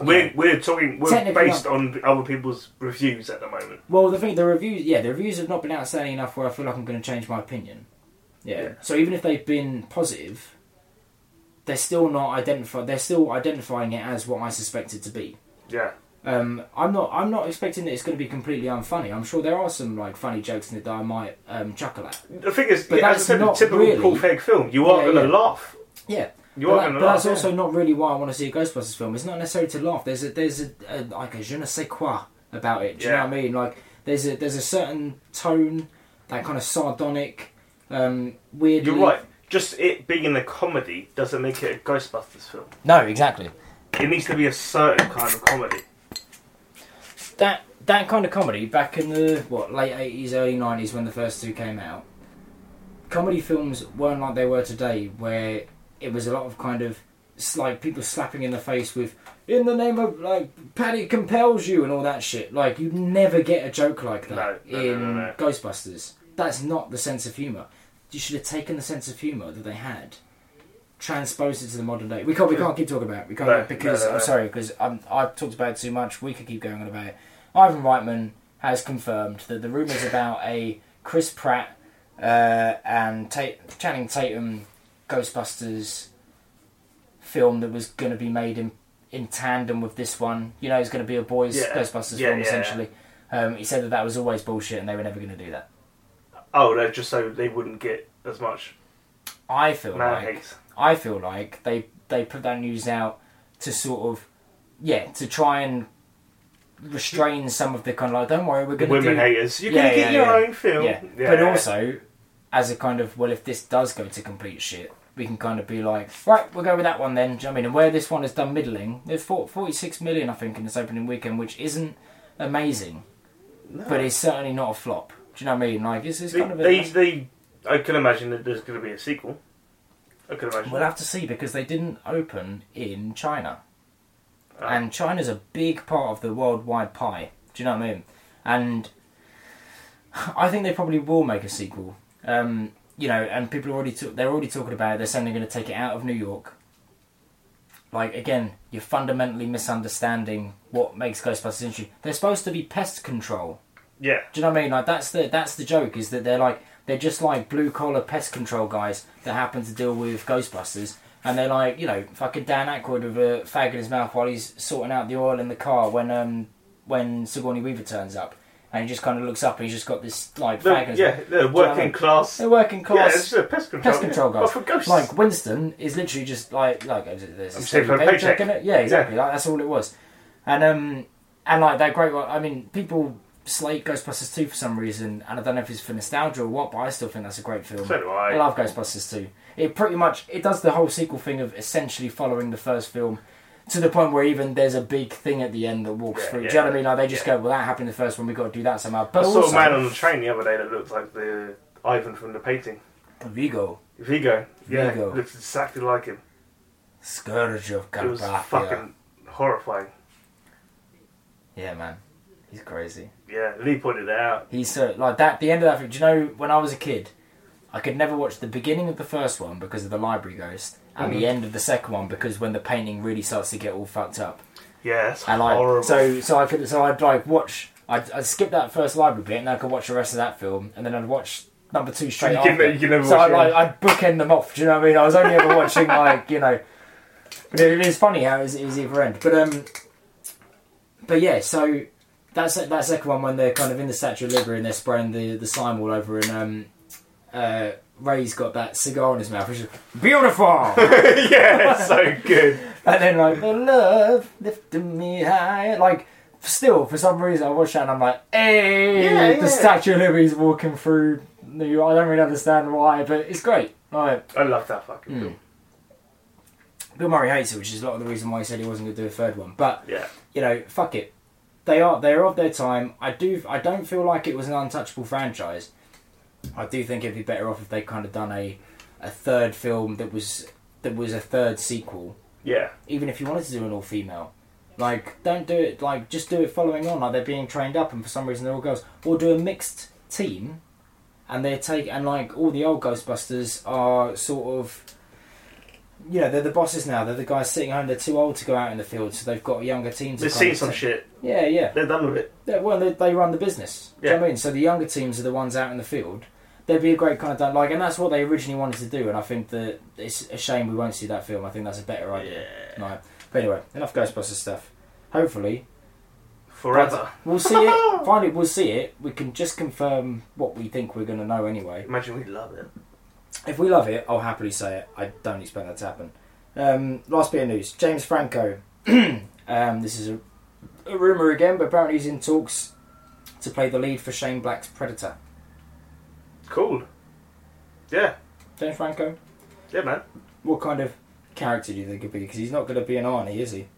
S3: We're, we're talking. We're
S2: Technically
S3: based on other people's reviews at the moment.
S2: well, the thing, the reviews, yeah, the reviews have not been outstanding enough where I feel like I'm going to change my opinion. Yeah.
S3: Yeah.
S2: So even if they've been positive, they're still not identified. They're still identifying it as what I suspect it to be.
S3: Yeah,
S2: Um, I'm not. I'm not expecting that it's going to be completely unfunny. I'm sure there are some like funny jokes in it that I might um, chuckle at.
S3: the thing is,
S2: But
S3: yeah,
S2: that's
S3: as I said, the
S2: not
S3: typical
S2: really-
S3: Paul Feig film. You are
S2: Yeah,
S3: going to
S2: yeah.
S3: laugh.
S2: Yeah,
S3: You
S2: but,
S3: are
S2: that-
S3: going to
S2: but
S3: laugh.
S2: that's also not really why I want to see a Ghostbusters film. It's not necessarily to laugh. There's a there's a, a like a je ne sais quoi about it. Do you
S3: Yeah.
S2: know what I mean? Like there's a there's a certain tone, that kind of sardonic, um, weird.
S3: You're right. Just it being a comedy doesn't make it a Ghostbusters film.
S1: No, exactly.
S3: It needs to be a certain kind of comedy.
S2: That that kind of comedy back in the what late eighties, early nineties when the first two came out. Comedy films weren't like they were today, where it was a lot of kind of s- like people slapping in the face with "in the name of like Paddy compels you" and all that shit. Like you never get a joke like that
S3: No, no, no,
S2: in
S3: no, no.
S2: Ghostbusters. That's not the sense of humor. You should have taken the sense of humor that they had, transposed it to the modern day. We can't, we can't keep talking about it. We can't
S3: No,
S2: because
S3: no, no,
S2: I'm
S3: no.
S2: sorry because I'm, I've talked about it too much. We could keep going on about it. Ivan Reitman has confirmed that the rumors about a Chris Pratt uh, and Ta Channing Tatum Ghostbusters film that was going to be made in in tandem with this one. You know, it's going to be a boys
S3: Yeah.
S2: Ghostbusters
S3: Yeah,
S2: film
S3: yeah.
S2: essentially. Um, he said that that was always bullshit and they were never going to do that.
S3: Oh, no, just so they wouldn't get as much
S2: I feel
S3: man
S2: like
S3: hate.
S2: I feel like they they put that news out to sort of yeah to try and restrain some of the kind of like don't worry we're going to
S3: Women
S2: do
S3: haters. You
S2: Yeah,
S3: can get
S2: yeah,
S3: your
S2: yeah.
S3: own film.
S2: yeah. but also as a kind of well if this does go to complete shit we can kind of be like right we'll go with that one then do you know what I mean and where this one has done middling there's 46 million I think in this opening weekend which isn't amazing
S3: No.
S2: but it's certainly not a flop do you know what I mean like it's, it's
S3: they,
S2: kind of a,
S3: they, they- I can imagine that there's going to be a sequel. I can imagine.
S2: We'll have to see because they didn't open in China.
S3: Ah.
S2: And China's a big part of the worldwide pie. Do you know what I mean? And I think they probably will make a sequel. Um, you know, and people are already ta- they're already talking about it. They're saying they're going to take it out of New York. Like again, you're fundamentally misunderstanding what makes Ghostbusters interesting. They're supposed to be pest control.
S3: yeah,
S2: Do you know what I mean? Like that's the that's the joke is that they're like they're just like blue collar pest control guys that happen to deal with Ghostbusters, and they're like you know fucking Dan Aykroyd with a fag in his mouth while he's sorting out the oil in the car when um when Sigourney Weaver turns up, and he just kind of looks up and he's just got this like
S3: the,
S2: fag in his mouth.
S3: yeah, the
S2: I mean?
S3: working class.
S2: They're working
S3: Yeah, it's
S2: class.
S3: a pest control.
S2: Pest control
S3: yeah.
S2: guys.
S3: But for ghosts.
S2: like Winston is literally just like like there's a
S3: I'm saving
S2: steady
S3: my paycheck.
S2: innit? Yeah, exactly. Like that's all it was. And um and like that great one. I mean, people slate Ghostbusters two for some reason, and I don't know if it's for nostalgia or what, but I still think that's a great film.
S3: so do
S2: I
S3: I.
S2: love Ghostbusters 2. It pretty much it does the whole sequel thing of essentially following the first film to the point where even there's a big thing at the end that walks
S3: Yeah,
S2: through.
S3: yeah,
S2: do you know what I mean? Like they just
S3: yeah.
S2: go, well, that happened in the first one. We have got to do that somehow.
S3: I
S2: But
S3: saw
S2: also,
S3: a man on the train the other day that looked like the Ivan from the painting.
S2: Vigo,
S3: Vigo. Yeah,
S2: Vigo.
S3: looked exactly like him.
S2: Scourge of
S3: It was
S2: Carpathia.
S3: fucking horrifying.
S2: Yeah, man, he's crazy.
S3: Yeah, Lee pointed it out.
S2: He's so like that. The end of that. film- Do you know when I was a kid, I could never watch the beginning of the first one because of the library ghost, and the end of the second one because when the painting really starts to get all fucked up.
S3: Yeah, it's
S2: And I
S3: horrible.
S2: so so I could so I'd like watch. I'd, I'd skip that first library bit, and I could watch the rest of that film, and then I'd watch number two straight
S3: You can-
S2: after.
S3: you can never
S2: so
S3: watch
S2: I like I'd bookend them off. Do you know what I mean? I was only ever watching like you know. But it is funny how it was, it was either end. But um, but yeah, so that's that second one when they're kind of in the Statue of Liberty and they're spraying the the slime all over, and um, uh, Ray's got that cigar in his mouth, which is beautiful.
S3: yeah, it's so good.
S2: And then like the love lifting me high, like still for some reason I watch that and I'm like, hey,
S3: Yeah, yeah.
S2: the Statue of Liberty's walking through New York. I don't really understand why, but it's great. Like
S3: I love that fucking
S2: Mm.
S3: film.
S2: Bill Murray hates it, which is a lot of the reason why he said he wasn't going to do a third one. But
S3: Yeah.
S2: you know, fuck it, they are they're of their time. I do I don't feel like it was an untouchable franchise. I do think it'd be better off if they kind of done a a third film that was that was a third sequel.
S3: Yeah.
S2: even if you wanted to do an all female. Like, don't do it, like, just do it following on, like they're being trained up and for some reason they're all girls. Or do a mixed team and they take and like all the old Ghostbusters are sort of, you know, they're the bosses now. They're the guys sitting home. They're too old to go out in the field, so they've got a younger team. To
S3: They've
S2: kind
S3: seen
S2: of
S3: some
S2: take-
S3: shit.
S2: Yeah, yeah.
S3: They're done with it.
S2: Yeah, well, they, they run the business. Do you know what I
S3: Yeah.
S2: mean? So the younger teams are the ones out in the field. There'd be a great kind of done, like, and that's what they originally wanted to do. And I think that it's a shame we won't see that film. I think that's a better idea. No. But anyway, enough Ghostbusters stuff. Hopefully,
S3: Forever.
S2: we'll see it. Finally, we'll see it. We can just confirm what we think we're going to know anyway.
S3: Imagine we love it.
S2: If we love it, I'll happily say it. I don't expect that to happen. Um, last bit of news: James Franco. um, this is a, a rumor again, but apparently he's in talks to play the lead for Shane Black's Predator.
S3: Cool. Yeah.
S2: James Franco,
S3: Yeah, man.
S2: what kind of character do you think he'd be? Because he's not going to be an Arnie, is he?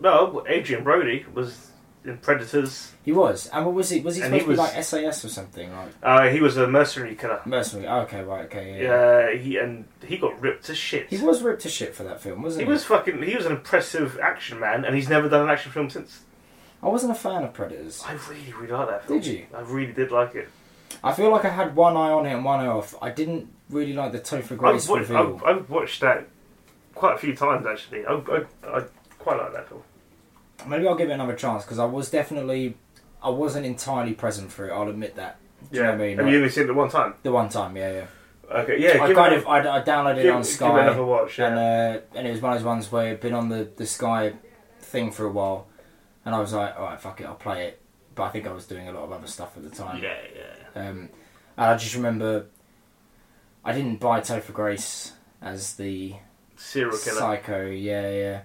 S3: Well, Adrian Brody was in Predators.
S2: He was. And what was he? Was he
S3: And
S2: supposed
S3: he
S2: to be
S3: was-
S2: like SAS or something? Like
S3: Uh, he was a mercenary killer.
S2: mercenary? Oh, okay, right, okay, yeah. yeah.
S3: Yeah, Uh, he and he got ripped to shit.
S2: He was ripped to shit for that film, wasn't
S3: He
S2: he?
S3: was fucking. He was an impressive action man, and he's never done an action film since.
S2: I wasn't a fan of Predators.
S3: I really, really like that film.
S2: Did you?
S3: I really did like it.
S2: I feel like I had one eye on it and one eye off. I didn't really like the Topher Grace
S3: I've, watched,
S2: reveal.
S3: I've, I've watched that quite a few times actually. I, I, I quite like that film.
S2: Maybe I'll give it another chance because I was definitely, I wasn't entirely present for it. I'll admit that. Do you know what I mean?
S3: Have
S2: Like,
S3: you only seen it one time?
S2: the one time, yeah, yeah.
S3: Okay, yeah.
S2: I
S3: give
S2: kind
S3: it,
S2: of, I, I downloaded
S3: give,
S2: it on
S3: give
S2: Sky,
S3: another watch. Yeah.
S2: and uh, and it was one of those ones where it'd been on the the Sky thing for a while, and I was like, all right, fuck it, I'll play it. But I think I was doing a lot of other stuff at the time.
S3: yeah, yeah.
S2: Um, and I just remember, I didn't buy Topher Grace as the
S3: Serial killer,
S2: psycho. Yeah, yeah.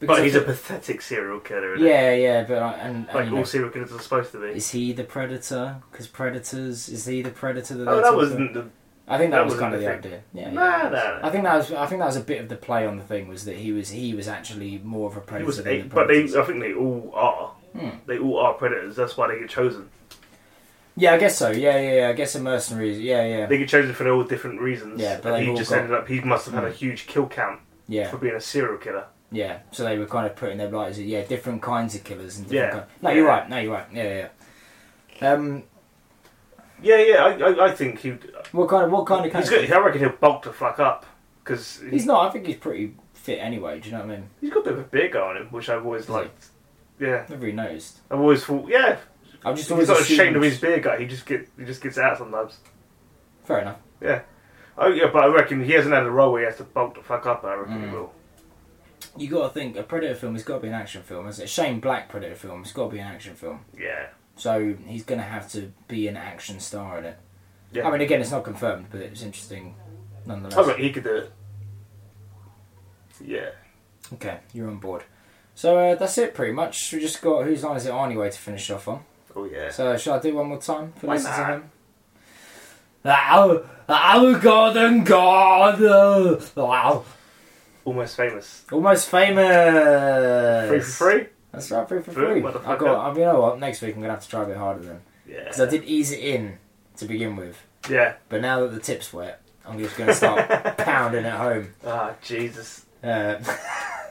S3: but
S2: I
S3: he's a
S2: think-
S3: pathetic serial killer. Isn't
S2: yeah, yeah, but I, and, and
S3: Like
S2: you
S3: all
S2: know,
S3: serial killers are supposed to be.
S2: Is he the predator? Because predators is he the predator that?
S3: Oh,
S2: they
S3: that
S2: talk
S3: wasn't the.
S2: about? I think that,
S3: that
S2: was
S3: wasn't
S2: kind of
S3: the
S2: the
S3: thing.
S2: idea. Yeah,
S3: Nah,
S2: yeah.
S3: nah.
S2: I think that was. I think that was a bit of the play on the thing was that he was. He was actually more of a
S3: He
S2: predator.
S3: was
S2: than
S3: eight,
S2: the
S3: but they.
S2: predators.
S3: I think they all are.
S2: Hmm.
S3: They all are predators. That's why they get chosen.
S2: Yeah, I guess so. Yeah, yeah, yeah. I guess a mercenary. is- Yeah, yeah,
S3: They get chosen for all different reasons.
S2: Yeah, but
S3: and
S2: they've
S3: he
S2: all
S3: just
S2: got- Hmm.
S3: ended up. He must have had a huge kill count
S2: yeah,
S3: for being a serial killer.
S2: yeah. So they were kind of putting their lights. Yeah, different kinds of killers and different.
S3: Yeah.
S2: Kind no, you're
S3: Yeah.
S2: right. No, you're right. Yeah, yeah. Um,
S3: Yeah, yeah. I, I, I think he.
S2: what kind of what kind of
S3: He's
S2: character?
S3: good. I reckon he'll bulk the fuck up because
S2: He's
S3: he's,
S2: not. I think he's pretty fit anyway. Do you know what I mean?
S3: he's got a bit of a big on him, which I've always
S2: he?
S3: liked. Yeah,
S2: Never really noticed.
S3: I've always thought. Yeah,
S2: I'm just
S3: he's
S2: always
S3: not ashamed of
S2: assumed-
S3: his beer guy. He just get he just gets out sometimes.
S2: Fair enough.
S3: Oh yeah, but I reckon he hasn't had a role where he has to bulk the fuck up. I reckon
S2: Mm.
S3: he will.
S2: You got to think a predator film has got to be an action film, isn't it? Shane Black predator film has got to be an action film,
S3: Yeah,
S2: so he's going to have to be an action star in it.
S3: yeah.
S2: I mean, again, it's not confirmed, but it's interesting nonetheless.
S3: I reckon he could do it. Yeah.
S2: Okay, you're on board. So uh, that's it, pretty much. We just got whose line is it Arnie way to finish off on.
S3: Oh yeah.
S2: So shall I do one more time for
S3: Why
S2: listeners at
S3: not?
S2: home? Our, our golden god, uh, wow,
S3: Almost famous.
S2: almost famous.
S3: Free for free.
S2: That's right, free for
S3: Free,
S2: free.
S3: motherfucker.
S2: I got. I mean, you know what? Next week I'm gonna have to try a bit harder then.
S3: Yeah.
S2: Because I did ease it in to begin with,
S3: Yeah.
S2: but now that the tip's wet, I'm just going to start pounding at home.
S3: Ah, Jesus,
S2: Uh,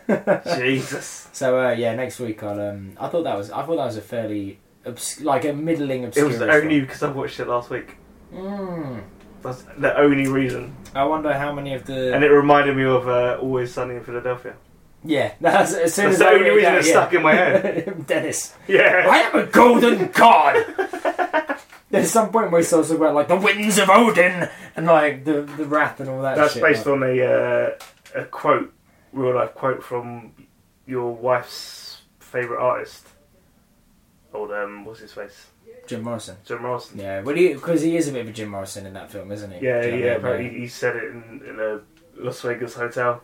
S3: Jesus.
S2: so uh, yeah, next week I'll. Um, I thought that was. I thought that was a fairly obs- like a middling
S3: It
S2: obscure.
S3: was
S2: film.
S3: only because I watched it last week.
S2: Mm.
S3: That's the only reason.
S2: I wonder how many of the.
S3: And it reminded me of uh, Always Sunny in Philadelphia.
S2: yeah, that's as soon
S3: That's
S2: as
S3: the
S2: I
S3: only
S2: read
S3: reason
S2: that,
S3: it's
S2: yeah.
S3: stuck in my head.
S2: Dennis,
S3: Yeah.
S2: I am a golden god. There's some point where he starts talking about like the winds of Odin and like the the wrath and all that.
S3: That's
S2: shit,
S3: based
S2: like.
S3: on a, uh, a quote, real life quote from your wife's favourite artist. Old, um, what's his face?
S2: Jim Morrison.
S3: Jim Morrison.
S2: Yeah, well, because he, is a bit of a Jim Morrison in that film, isn't he?
S3: Yeah,
S2: Do you know
S3: yeah,
S2: what I mean?
S3: apparently he said it in, in a Las Vegas hotel,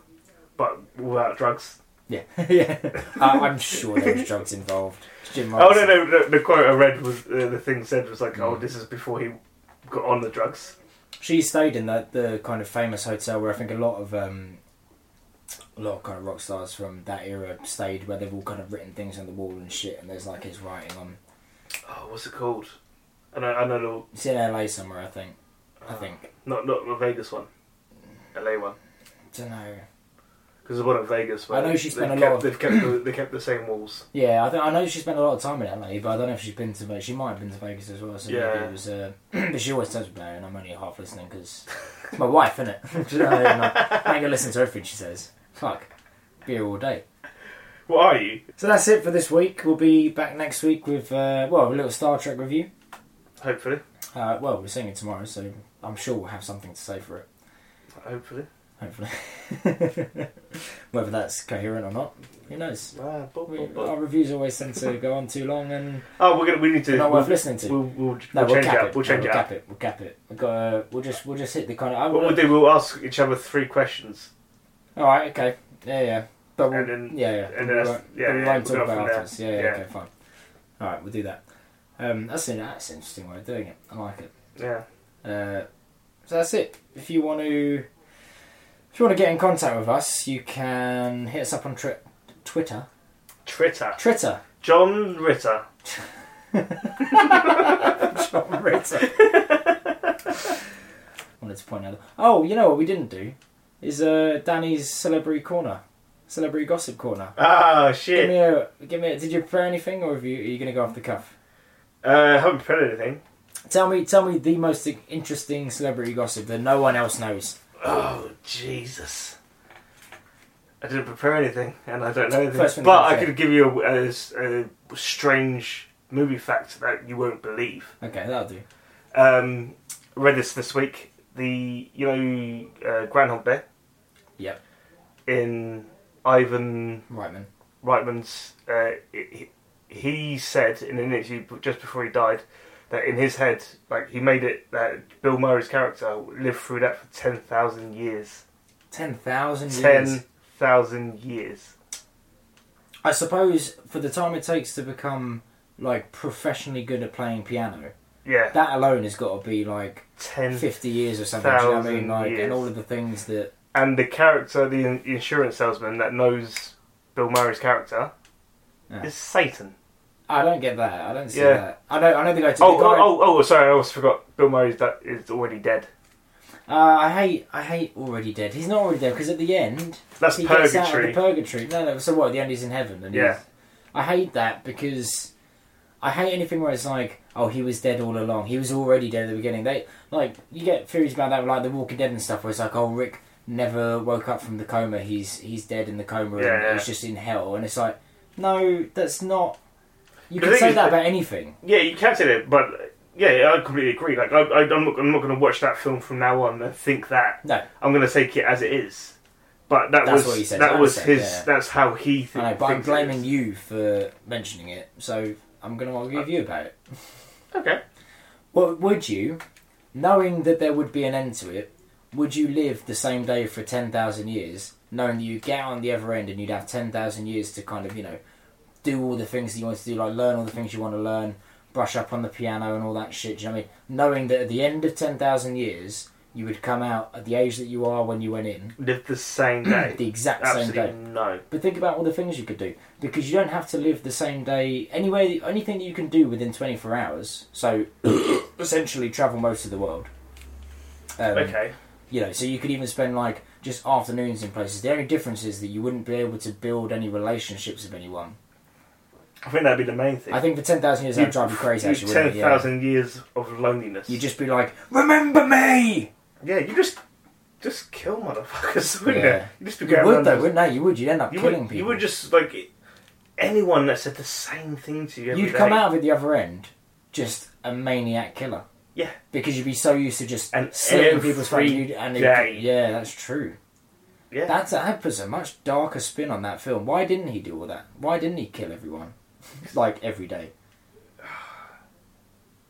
S3: but without drugs.
S2: Yeah, yeah. I I'm sure there was drugs involved. It's Jim
S3: Oh,
S2: Morrison.
S3: no, no, the, the quote I read was, uh, the thing said was like, oh,
S2: Mm.
S3: this is before he got on the drugs.
S2: She stayed in that the kind of famous hotel where I think a lot of um, a lot of kind of rock stars from that era stayed, where they've all kind of written things on the wall and shit, and there's like his writing on.
S3: Oh, what's it called? I know, I know
S2: It's in LA somewhere, I think. I
S3: Uh,
S2: think.
S3: the, not, not the Vegas one, LA one.
S2: don't know.
S3: because the one at Vegas.
S2: I know
S3: where
S2: she
S3: they've
S2: spent a
S3: kept-
S2: lot of-
S3: They've kept the, they kept the same walls.
S2: Yeah, I, th- I know she spent a lot of time in LA, but I don't know if she's been to Vegas. She might have been to Vegas as well. So maybe
S3: Yeah.
S2: it was, uh, but she always tells me no, and I'm only half listening because it's my wife, isn't it? I ain't gonna listen to everything she says. Fuck, be here all day.
S3: What are you?
S2: So that's it for this week. We'll be back next week with uh, well a little Star Trek review.
S3: Hopefully,
S2: Uh, well, we're seeing it tomorrow, so I'm sure we'll have something to say for it.
S3: hopefully.
S2: Hopefully, whether that's coherent or not, who knows.
S3: Ah, bu- bu-
S2: We,
S3: bu-
S2: our reviews always tend to go on too long and
S3: Oh, we're gonna. We need to.
S2: they're not
S3: we'll,
S2: worth listening to.
S3: we'll, we'll,
S2: No,
S3: we'll
S2: we'll
S3: change
S2: cap
S3: it up.
S2: it.
S3: We'll change
S2: no,
S3: it
S2: we'll
S3: up.
S2: cap it. We'll cap it. We've got. Uh, we'll just. We'll just hit the kind of. I
S3: What we'll do, we'll ask each other three questions,
S2: All right. Okay. Yeah. Yeah. But we'll,
S3: And then-
S2: yeah, yeah.
S3: and
S2: But
S3: then
S2: we
S3: that's-
S2: won't-
S3: yeah,
S2: but we
S3: yeah,
S2: won't
S3: we'll
S2: talk
S3: go
S2: about
S3: from there.
S2: afterwards. Yeah, yeah.
S3: Yeah.
S2: Okay. Fine. All right. We'll do that. Um, that's an that's an interesting way of doing it. I like it.
S3: yeah,
S2: Uh, so that's it. If you want to, if you want to get in contact with us, you can hit us up on tri- Twitter.
S3: Twitter,
S2: Twitter.
S3: John Ritter.
S2: John Ritter. Wanted to point out. Oh, you know what we didn't do is uh, Danny's celebrity corner, celebrity gossip corner.
S3: Ah,
S2: Give me
S3: shit.
S2: a, give me. A, did you prepare anything, or have you, are you going to go off the cuff?
S3: Uh, haven't put anything.
S2: Tell me, tell me the most interesting celebrity gossip that no one else knows.
S3: Oh Jesus! I didn't prepare anything, and I don't know
S2: First thing
S3: anything. But
S2: you
S3: I
S2: say.
S3: could give you a, a- a strange movie fact that you won't believe.
S2: Okay, that'll do.
S3: Um, read this this week. The you know uh, Groundhog Day.
S2: Yep.
S3: In Ivan
S2: Right, man.
S3: Reitman's, uh, he, he said in an interview b- just before he died that in his head, like he made it that Bill Murray's character lived through that for ten thousand years.
S2: Ten thousand
S3: Ten
S2: years.
S3: thousand years.
S2: I suppose for the time it takes to become like professionally good at playing piano,
S3: Yeah,
S2: that alone has got to be like
S3: ten.
S2: 50 years or something. Do you know what I mean?
S3: Thousand
S2: Like, and
S3: years.
S2: all of the things that.
S3: And the character, the in- insurance salesman that knows Bill Murray's character,
S2: Yeah.
S3: is Satan.
S2: I don't get that. I don't see
S3: Yeah.
S2: that. I know. I know the guy. Took
S3: Oh,
S2: the guy
S3: oh, oh, oh, sorry, I almost forgot. Bill Murray's that is already dead. oh.
S2: Uh, I hate. I hate already dead. He's not already dead because at the end
S3: That's
S2: he gets out of the
S3: purgatory.
S2: purgatory. No, no. So what? At the end he's in heaven. And
S3: Yeah.
S2: he's- I hate that because I hate anything where it's like, oh, he was dead all along. He was already dead at the beginning. They like you get theories about that, like The Walking Dead and stuff, where it's like, oh, Rick never woke up from the coma. He's he's dead in the coma.
S3: Yeah,
S2: and
S3: yeah.
S2: He's just in hell. And it's like, no, that's not. You
S3: The
S2: can
S3: thing
S2: say
S3: is
S2: that
S3: that-
S2: about anything.
S3: yeah, you can say that, but yeah, I completely agree. Like, I, I, I'm not, I'm not going to watch that film from now on and think that.
S2: No.
S3: I'm going to take it as it is. But that
S2: That's
S3: was
S2: what he said,
S3: that
S2: I
S3: was
S2: said,
S3: his.
S2: yeah.
S3: That's how he. Th-
S2: I know, but I'm
S3: thinks it
S2: blaming
S3: is.
S2: you for mentioning it, so I'm going to
S3: Uh,
S2: argue with you about it.
S3: Okay.
S2: Well, would you, knowing that there would be an end to it, would you live the same day for 10,000 years, knowing that you get on the other end and you'd have 10,000 years to kind of, you know, do all the things that you want to do, like learn all the things you want to learn, brush up on the piano and all that shit, do you know what I mean? Knowing that at the end of 10,000 years, you would come out at the age that you are when you went in,
S3: Live the same day.
S2: the exact
S3: Absolutely
S2: same day.
S3: no.
S2: But think about all the things you could do because you don't have to live the same day. Anyway, anything that you can do within 24 hours. So essentially, travel most of the world. Um,
S3: Okay.
S2: You know, so you could even spend like just afternoons in places. The only difference is that you wouldn't be able to build any relationships with anyone.
S3: I think that'd be the main thing.
S2: I think for 10,000 years that'd drive you crazy.
S3: you
S2: actually, wouldn't it? Yeah.
S3: 10,000 years of loneliness.
S2: You'd just be like, remember me.
S3: yeah, you just just kill motherfuckers, wouldn't
S2: Yeah.
S3: you? You just be
S2: You
S3: going
S2: would
S3: around
S2: though,
S3: those-
S2: wouldn't you? You would. You'd end up
S3: you
S2: killing
S3: would,
S2: people.
S3: you would just like anyone that said the same thing to you. every
S2: You'd come
S3: day.
S2: out of it the other end just a maniac killer.
S3: Yeah.
S2: Because you'd be so used to just
S3: And
S2: slitting people's
S3: every
S2: throats. you'd- And it-
S3: day.
S2: yeah, that's true.
S3: Yeah.
S2: That's, that puts a much darker spin on that film. Why didn't he do all that? Why didn't he kill everyone? like, every day.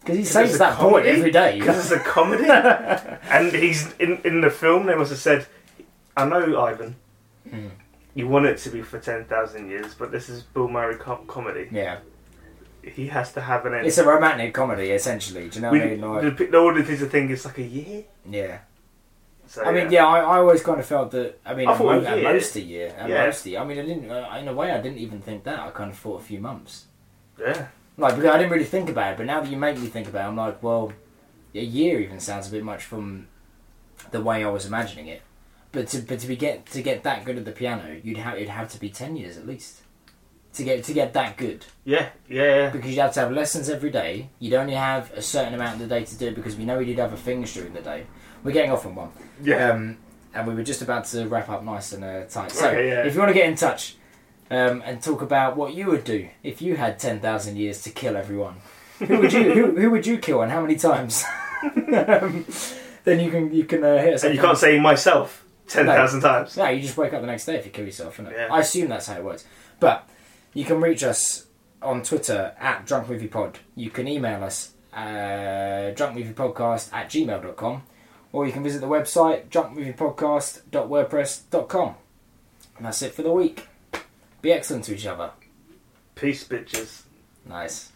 S2: Because he saves
S3: it's a
S2: that point
S3: comedy?
S2: every day.
S3: Because it's a comedy, and he's in in the film. They must have said, "I know, Ivan,
S2: Hmm.
S3: you want it to be for ten thousand years, but this is Bill Murray com- comedy.
S2: yeah.
S3: He has to have an end."
S2: It's a romantic comedy, essentially. Do you know
S3: we,
S2: what I mean? Like,
S3: the, the audience is a thing. It's like a year.
S2: yeah.
S3: So,
S2: I mean, yeah, I, I always kind of felt that. I mean,
S3: Oh, I
S2: at,
S3: thought
S2: mo-
S3: a
S2: at
S3: year.
S2: most a year, at
S3: Yeah.
S2: most a year. I mean, I didn't. Uh, in a way, I didn't even think that. I kind of thought a few months.
S3: yeah.
S2: Like, because I didn't really think about it. But now that you make me think about it, I'm like, well, a year even sounds a bit much from the way I was imagining it. But to but to be get to get that good at the piano, you'd have you'd have to be ten years at least. To get to get that good,
S3: Yeah, yeah,
S2: because you'd have to have lessons every day. You'd only have a certain amount of the day to do it because we know you'd have things during the day. We're getting off on one.
S3: yeah.
S2: Um, and we were just about to wrap up nice and uh, tight. So,
S3: Okay, yeah.
S2: if you want to get in touch um, and talk about what you would do if you had ten thousand years to kill everyone, who would you who, who would you kill and how many times? um, then you can you can uh, hit us.
S3: and
S2: up
S3: you
S2: on-
S3: can't say myself ten thousand times.
S2: no, you just wake up the next day if you kill yourself, innit?
S3: Yeah.
S2: I assume that's how it works. But you can reach us on Twitter at Drunk Movie Pod. You can email us uh, drunkmoviepodcast at gmail.com or you can visit the website drunkmoviepodcast.wordpress.com. And that's it for the week. Be excellent to each other.
S3: Peace, bitches.
S2: Nice.